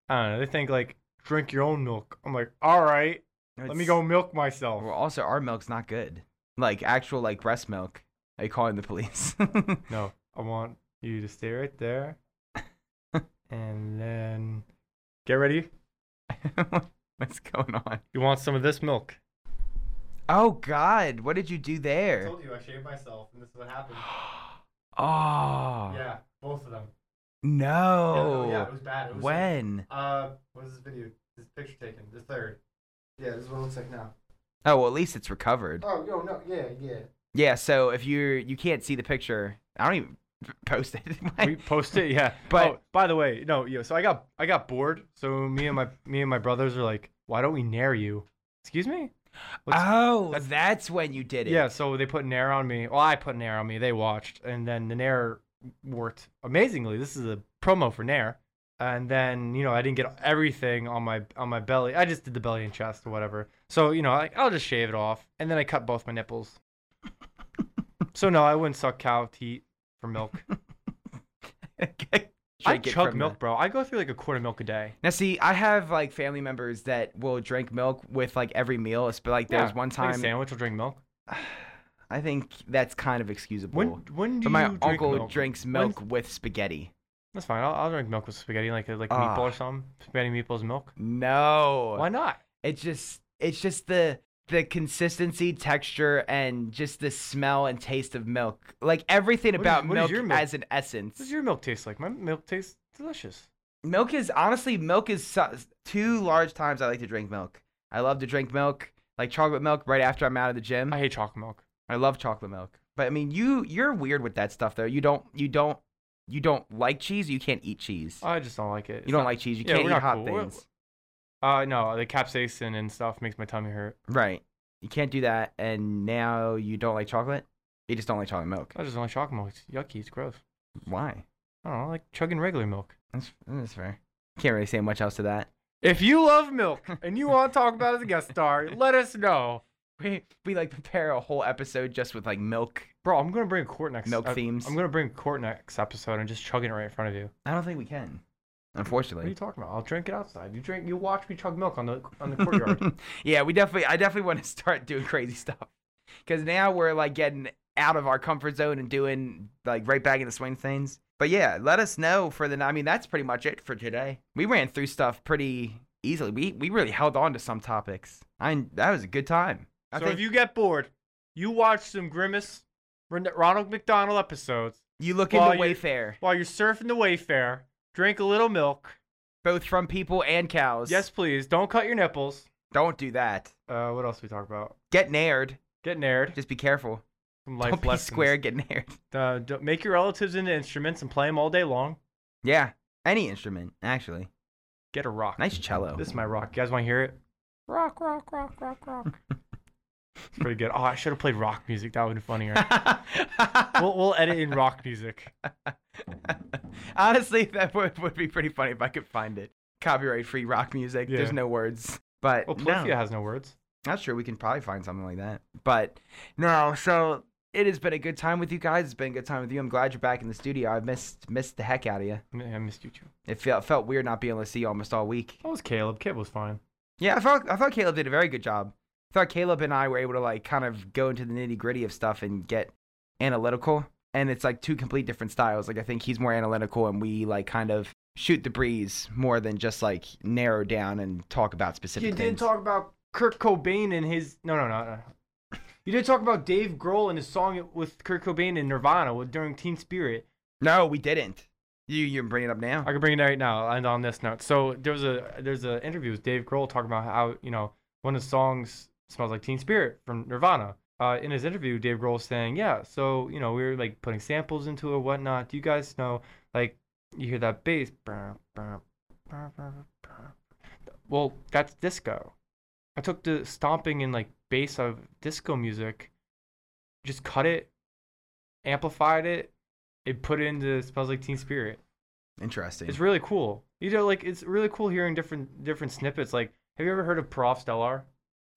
[SPEAKER 2] I don't know. They think like drink your own milk. I'm like, all right, let me
[SPEAKER 1] it's-
[SPEAKER 2] go milk myself.
[SPEAKER 1] Well, also, our milk's not good. Like actual like breast milk. Are you calling the police? <laughs>
[SPEAKER 2] No, I want you to stay right there, and then get ready.
[SPEAKER 1] What's going on?
[SPEAKER 2] You want some of this milk?
[SPEAKER 1] Oh God, what did you do <gasps> there?
[SPEAKER 2] you I shaved myself, and this is what happened.
[SPEAKER 1] Oh
[SPEAKER 2] both of them. oh,
[SPEAKER 1] no!
[SPEAKER 2] was bad.
[SPEAKER 1] when?
[SPEAKER 2] Uh, what is this video? This picture taken. The third. Yeah, this is what it looks like now.
[SPEAKER 1] Oh, well, at least it's recovered.
[SPEAKER 2] Oh, yo, no, yeah, yeah.
[SPEAKER 1] Yeah. So if you're you can't see the picture, I don't even <laughs> post it. <laughs>
[SPEAKER 2] <laughs> we post it yeah
[SPEAKER 1] But-
[SPEAKER 2] <laughs> but by the way no yeah so i got i got bored so me and my me and my brothers are like why don't we nair you excuse me What's-
[SPEAKER 1] oh, that's,
[SPEAKER 2] that's-
[SPEAKER 1] when you did it. <laughs>
[SPEAKER 2] yeah so they put nair on me well i put nair on me they watched and then the nair worked amazingly this is a promo for nair and then you know i didn't get everything on my on my belly i just did the belly and chest or whatever so you know I, i'll just shave it off and then i cut both my <laughs> nipples so no i wouldn't suck cow teat for milk
[SPEAKER 1] <laughs>
[SPEAKER 2] i
[SPEAKER 1] Drink it
[SPEAKER 2] chug
[SPEAKER 1] from
[SPEAKER 2] milk
[SPEAKER 1] the-
[SPEAKER 2] bro i go through like a quart of milk a day
[SPEAKER 1] Now, see, I have like family members that will drink milk with like every meal. It's but like
[SPEAKER 2] Yeah,
[SPEAKER 1] there's one
[SPEAKER 2] Take a
[SPEAKER 1] time
[SPEAKER 2] sandwich will drink milk.
[SPEAKER 1] <sighs> I think that's kind of excusable.
[SPEAKER 2] When when do
[SPEAKER 1] but my
[SPEAKER 2] you drink
[SPEAKER 1] uncle
[SPEAKER 2] milk?
[SPEAKER 1] drinks
[SPEAKER 2] When's-
[SPEAKER 1] milk with spaghetti.
[SPEAKER 2] That's fine. I'll, I'll drink milk with spaghetti, like like
[SPEAKER 1] Ah.
[SPEAKER 2] meatball or something. Spaghetti meatballs milk.
[SPEAKER 1] No.
[SPEAKER 2] Why not?
[SPEAKER 1] It's just it's just the the consistency, texture, and just the smell and taste of milk. Like everything
[SPEAKER 2] What is-
[SPEAKER 1] about
[SPEAKER 2] what is
[SPEAKER 1] milk,
[SPEAKER 2] your milk-
[SPEAKER 1] as an essence.
[SPEAKER 2] What does your milk taste like? My milk tastes delicious.
[SPEAKER 1] milk is honestly milk is so- two large times I like to drink milk. I love to drink milk, like chocolate milk, right after I'm out of the gym.
[SPEAKER 2] I
[SPEAKER 1] I,
[SPEAKER 2] hate chocolate milk.
[SPEAKER 1] love chocolate milk, but I mean you you're weird with that stuff though. You don't you don't you don't like cheese. You can't eat cheese.
[SPEAKER 2] I just don't like it. It's
[SPEAKER 1] you don't
[SPEAKER 2] not-
[SPEAKER 1] like cheese. You
[SPEAKER 2] Uh, yeah,
[SPEAKER 1] can't
[SPEAKER 2] we're
[SPEAKER 1] eat
[SPEAKER 2] not
[SPEAKER 1] hot
[SPEAKER 2] cool. We're-
[SPEAKER 1] things.
[SPEAKER 2] Uh, no, the capsaicin and stuff makes my tummy hurt.
[SPEAKER 1] Right. You can't do that, and now you don't like chocolate. You just don't like chocolate milk.
[SPEAKER 2] I just don't like chocolate milk. It's yucky. It's gross.
[SPEAKER 1] Why?
[SPEAKER 2] I don't know. I like chugging regular milk.
[SPEAKER 1] That's that's fair. Can't really say much else to that.
[SPEAKER 2] If you love milk
[SPEAKER 1] <laughs>
[SPEAKER 2] and you want to talk about it as a guest star, let us know.
[SPEAKER 1] We we like prepare a whole episode just with like milk.
[SPEAKER 2] Bro, I'm gonna bring a quart next.
[SPEAKER 1] Milk
[SPEAKER 2] I-
[SPEAKER 1] themes.
[SPEAKER 2] I'm gonna bring a quart next episode and just chugging it right in front of you.
[SPEAKER 1] I don't think we can,
[SPEAKER 2] What are you
[SPEAKER 1] unfortunately.
[SPEAKER 2] talking about? I'll drink it outside. You drink. You watch me chug milk on the on the courtyard.
[SPEAKER 1] <laughs> yeah, we definitely. I definitely want to start doing crazy stuff because now we're like getting out of our comfort zone and doing like right back in the swing of things. But yeah, let us know for the. I mean, that's pretty much it for today. We ran through stuff pretty easily. We we really held on to some topics. I that was a good time. I
[SPEAKER 2] so
[SPEAKER 1] think
[SPEAKER 2] if you get bored, you watch some grimace Ron- Ronald McDonald episodes
[SPEAKER 1] you look
[SPEAKER 2] Well,
[SPEAKER 1] into
[SPEAKER 2] you-
[SPEAKER 1] Wayfair,
[SPEAKER 2] while you're surfing the Wayfair. Drink a little milk.
[SPEAKER 1] both from people and cows.
[SPEAKER 2] Yes, please. Don't cut your nipples.
[SPEAKER 1] Don't do that.
[SPEAKER 2] Uh, what else we talk about?
[SPEAKER 1] Get nared.
[SPEAKER 2] Get nerd.
[SPEAKER 1] Just be careful.
[SPEAKER 2] Some life
[SPEAKER 1] Don't be
[SPEAKER 2] lessons.
[SPEAKER 1] square. Get nared.
[SPEAKER 2] Uh, don't- make your relatives into instruments and play them all day long.
[SPEAKER 1] <laughs> Yeah. Any instrument, actually.
[SPEAKER 2] Get a rock.
[SPEAKER 1] Nice cello.
[SPEAKER 2] This <laughs> is my rock. You guys want to hear it? Rock, rock, rock, rock, rock.
[SPEAKER 1] <laughs>
[SPEAKER 2] it's pretty good. Oh, I should have played rock music. That would have been funnier. we'll, we'll edit in rock music.
[SPEAKER 1] <laughs> Honestly, that would, would be pretty funny if I could find it. Copyright free rock music. There's
[SPEAKER 2] Yeah.
[SPEAKER 1] no words. But <laughs>
[SPEAKER 2] Well,
[SPEAKER 1] no.
[SPEAKER 2] Plethia has no words.
[SPEAKER 1] Not sure. We can probably find something like that. But no, so it has been a good time with you guys. It's been a good time with you. I'm glad you're back in the studio. I missed missed the heck out of you.
[SPEAKER 2] I mean, I missed you too.
[SPEAKER 1] It felt felt weird not being able to see you almost all week.
[SPEAKER 2] That was Caleb. Caleb was fine.
[SPEAKER 1] Yeah, I thought I thought Caleb did a very good job. I thought Caleb and I were able to like kind of go into the nitty gritty of stuff and get analytical. And it's like two complete different styles. Like I think he's more analytical, and we like kind of shoot the breeze more than just like narrow down and talk about specific.
[SPEAKER 2] You did
[SPEAKER 1] things.
[SPEAKER 2] talk about Kurt Cobain and his no no no no. You did talk about Dave Grohl and his song with Kurt Cobain and Nirvana with- during Teen Spirit.
[SPEAKER 1] No, we didn't. You you bring it up now.
[SPEAKER 2] I can bring it right now. And on this note, so there was a there's an interview with Dave Grohl talking about how you know one of the songs smells like Teen Spirit from Nirvana. Uh, in his interview, Dave Grohl was saying, yeah, so you know we were like putting samples into it, whatnot. Do you guys know like you hear that bass? brr, brr, brr, brr, brr. Well, that's disco. I took the stomping and like bass of disco music, just cut it, amplified it, and put it into smells like Teen Spirit.
[SPEAKER 1] Interesting.
[SPEAKER 2] It's really cool. You know, like it's really cool hearing different different snippets. Like, have you ever heard of Prof Stellar?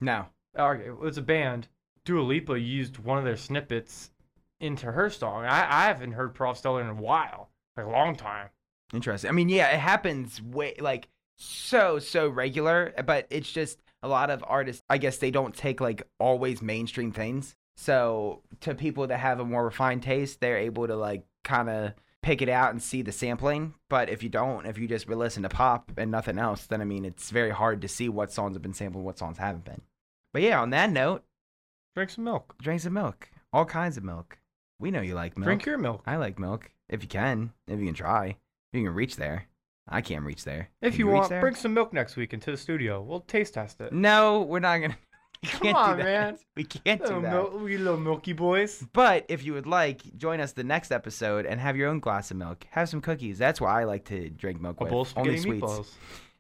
[SPEAKER 1] no.
[SPEAKER 2] Uh, It was a band. Dua Lipa used one of their snippets into her song. I, I haven't heard Prof Stellar in a while, like a long time.
[SPEAKER 1] Interesting. I mean, yeah, it happens way like so so regular, but it's just a lot of artists. I guess they don't take like always mainstream things. So to people that have a more refined taste, they're able to like kind of pick it out and see the sampling. But if you don't, if you just listen to pop and nothing else, then I mean, it's very hard to see what songs have been sampled, what songs haven't been. But yeah, on that note,
[SPEAKER 2] Drink some milk.
[SPEAKER 1] drink some milk, all kinds of milk. We know you like milk.
[SPEAKER 2] Drink your milk
[SPEAKER 1] I like milk. If you can, if you can try, if you can reach there. I can't reach there.
[SPEAKER 2] if
[SPEAKER 1] Can
[SPEAKER 2] you,
[SPEAKER 1] reach
[SPEAKER 2] want.
[SPEAKER 1] there?
[SPEAKER 2] Bring some milk next week into the studio. We'll taste test it.
[SPEAKER 1] No, we're not gonna. <laughs> We
[SPEAKER 2] Come
[SPEAKER 1] can't do
[SPEAKER 2] on,
[SPEAKER 1] that.
[SPEAKER 2] man.
[SPEAKER 1] <laughs> We can't do
[SPEAKER 2] Little
[SPEAKER 1] that.
[SPEAKER 2] mil- we little milky boys.
[SPEAKER 1] But if you would like, join us the next episode and have your own glass of milk. Have some cookies. That's why I like to drink milk <laughs>
[SPEAKER 2] A
[SPEAKER 1] with.
[SPEAKER 2] bowl of
[SPEAKER 1] Only
[SPEAKER 2] spaghetti
[SPEAKER 1] sweets.
[SPEAKER 2] meatballs.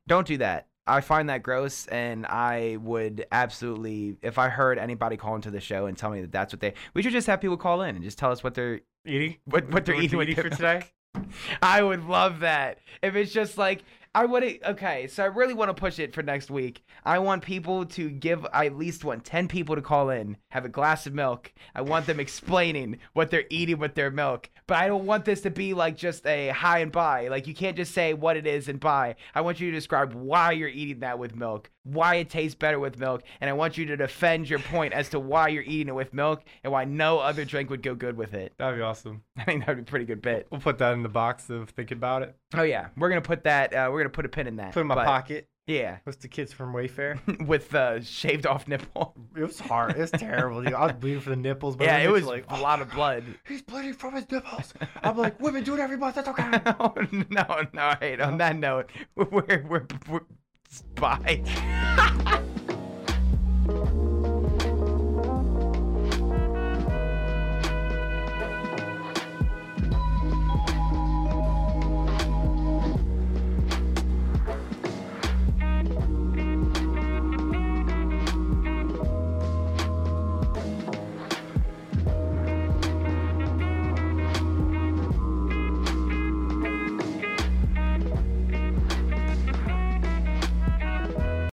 [SPEAKER 1] Don't do that. I find that gross, and I would absolutely, if I heard anybody call into the show and tell me that that's what they, we should just have people call in and just tell us what they're
[SPEAKER 2] Edie,
[SPEAKER 1] what what they're
[SPEAKER 2] What
[SPEAKER 1] eating
[SPEAKER 2] you
[SPEAKER 1] with
[SPEAKER 2] eating
[SPEAKER 1] their
[SPEAKER 2] for today?
[SPEAKER 1] milk. I would love that. If it's just like I want to okay, so I really want to push it for next week. I want people to give I at least want 10 people to call in, have a glass of milk. I want them explaining what they're eating with their milk. But I don't want this to be like just a high and buy. Like you can't just say what it is and buy. I want you to describe why you're eating that with milk, why it tastes better with milk, and I want you to defend your point as to why you're eating it with milk and why no other drink would go good with it. <laughs>
[SPEAKER 2] That'd be awesome.
[SPEAKER 1] I think that would be a pretty good bit.
[SPEAKER 2] We'll put that in the box of thinking about it.
[SPEAKER 1] Oh yeah, we're gonna put that. Uh, we're gonna put a pin in that.
[SPEAKER 2] Put it in my
[SPEAKER 1] But,
[SPEAKER 2] pocket.
[SPEAKER 1] Yeah, <laughs>
[SPEAKER 2] What's the kids from Wayfair?
[SPEAKER 1] with the shaved off
[SPEAKER 2] <laughs>
[SPEAKER 1] nipple.
[SPEAKER 2] It was hard. It was terrible. Dude. I was bleeding for the nipples. But
[SPEAKER 1] yeah, it was
[SPEAKER 2] like
[SPEAKER 1] a lot of
[SPEAKER 2] <laughs>
[SPEAKER 1] blood.
[SPEAKER 2] He's bleeding from his nipples. I'm like, women do it every month. That's okay.
[SPEAKER 1] oh, no,
[SPEAKER 2] <laughs>
[SPEAKER 1] no. All right. On that note, we're we're, we're bye.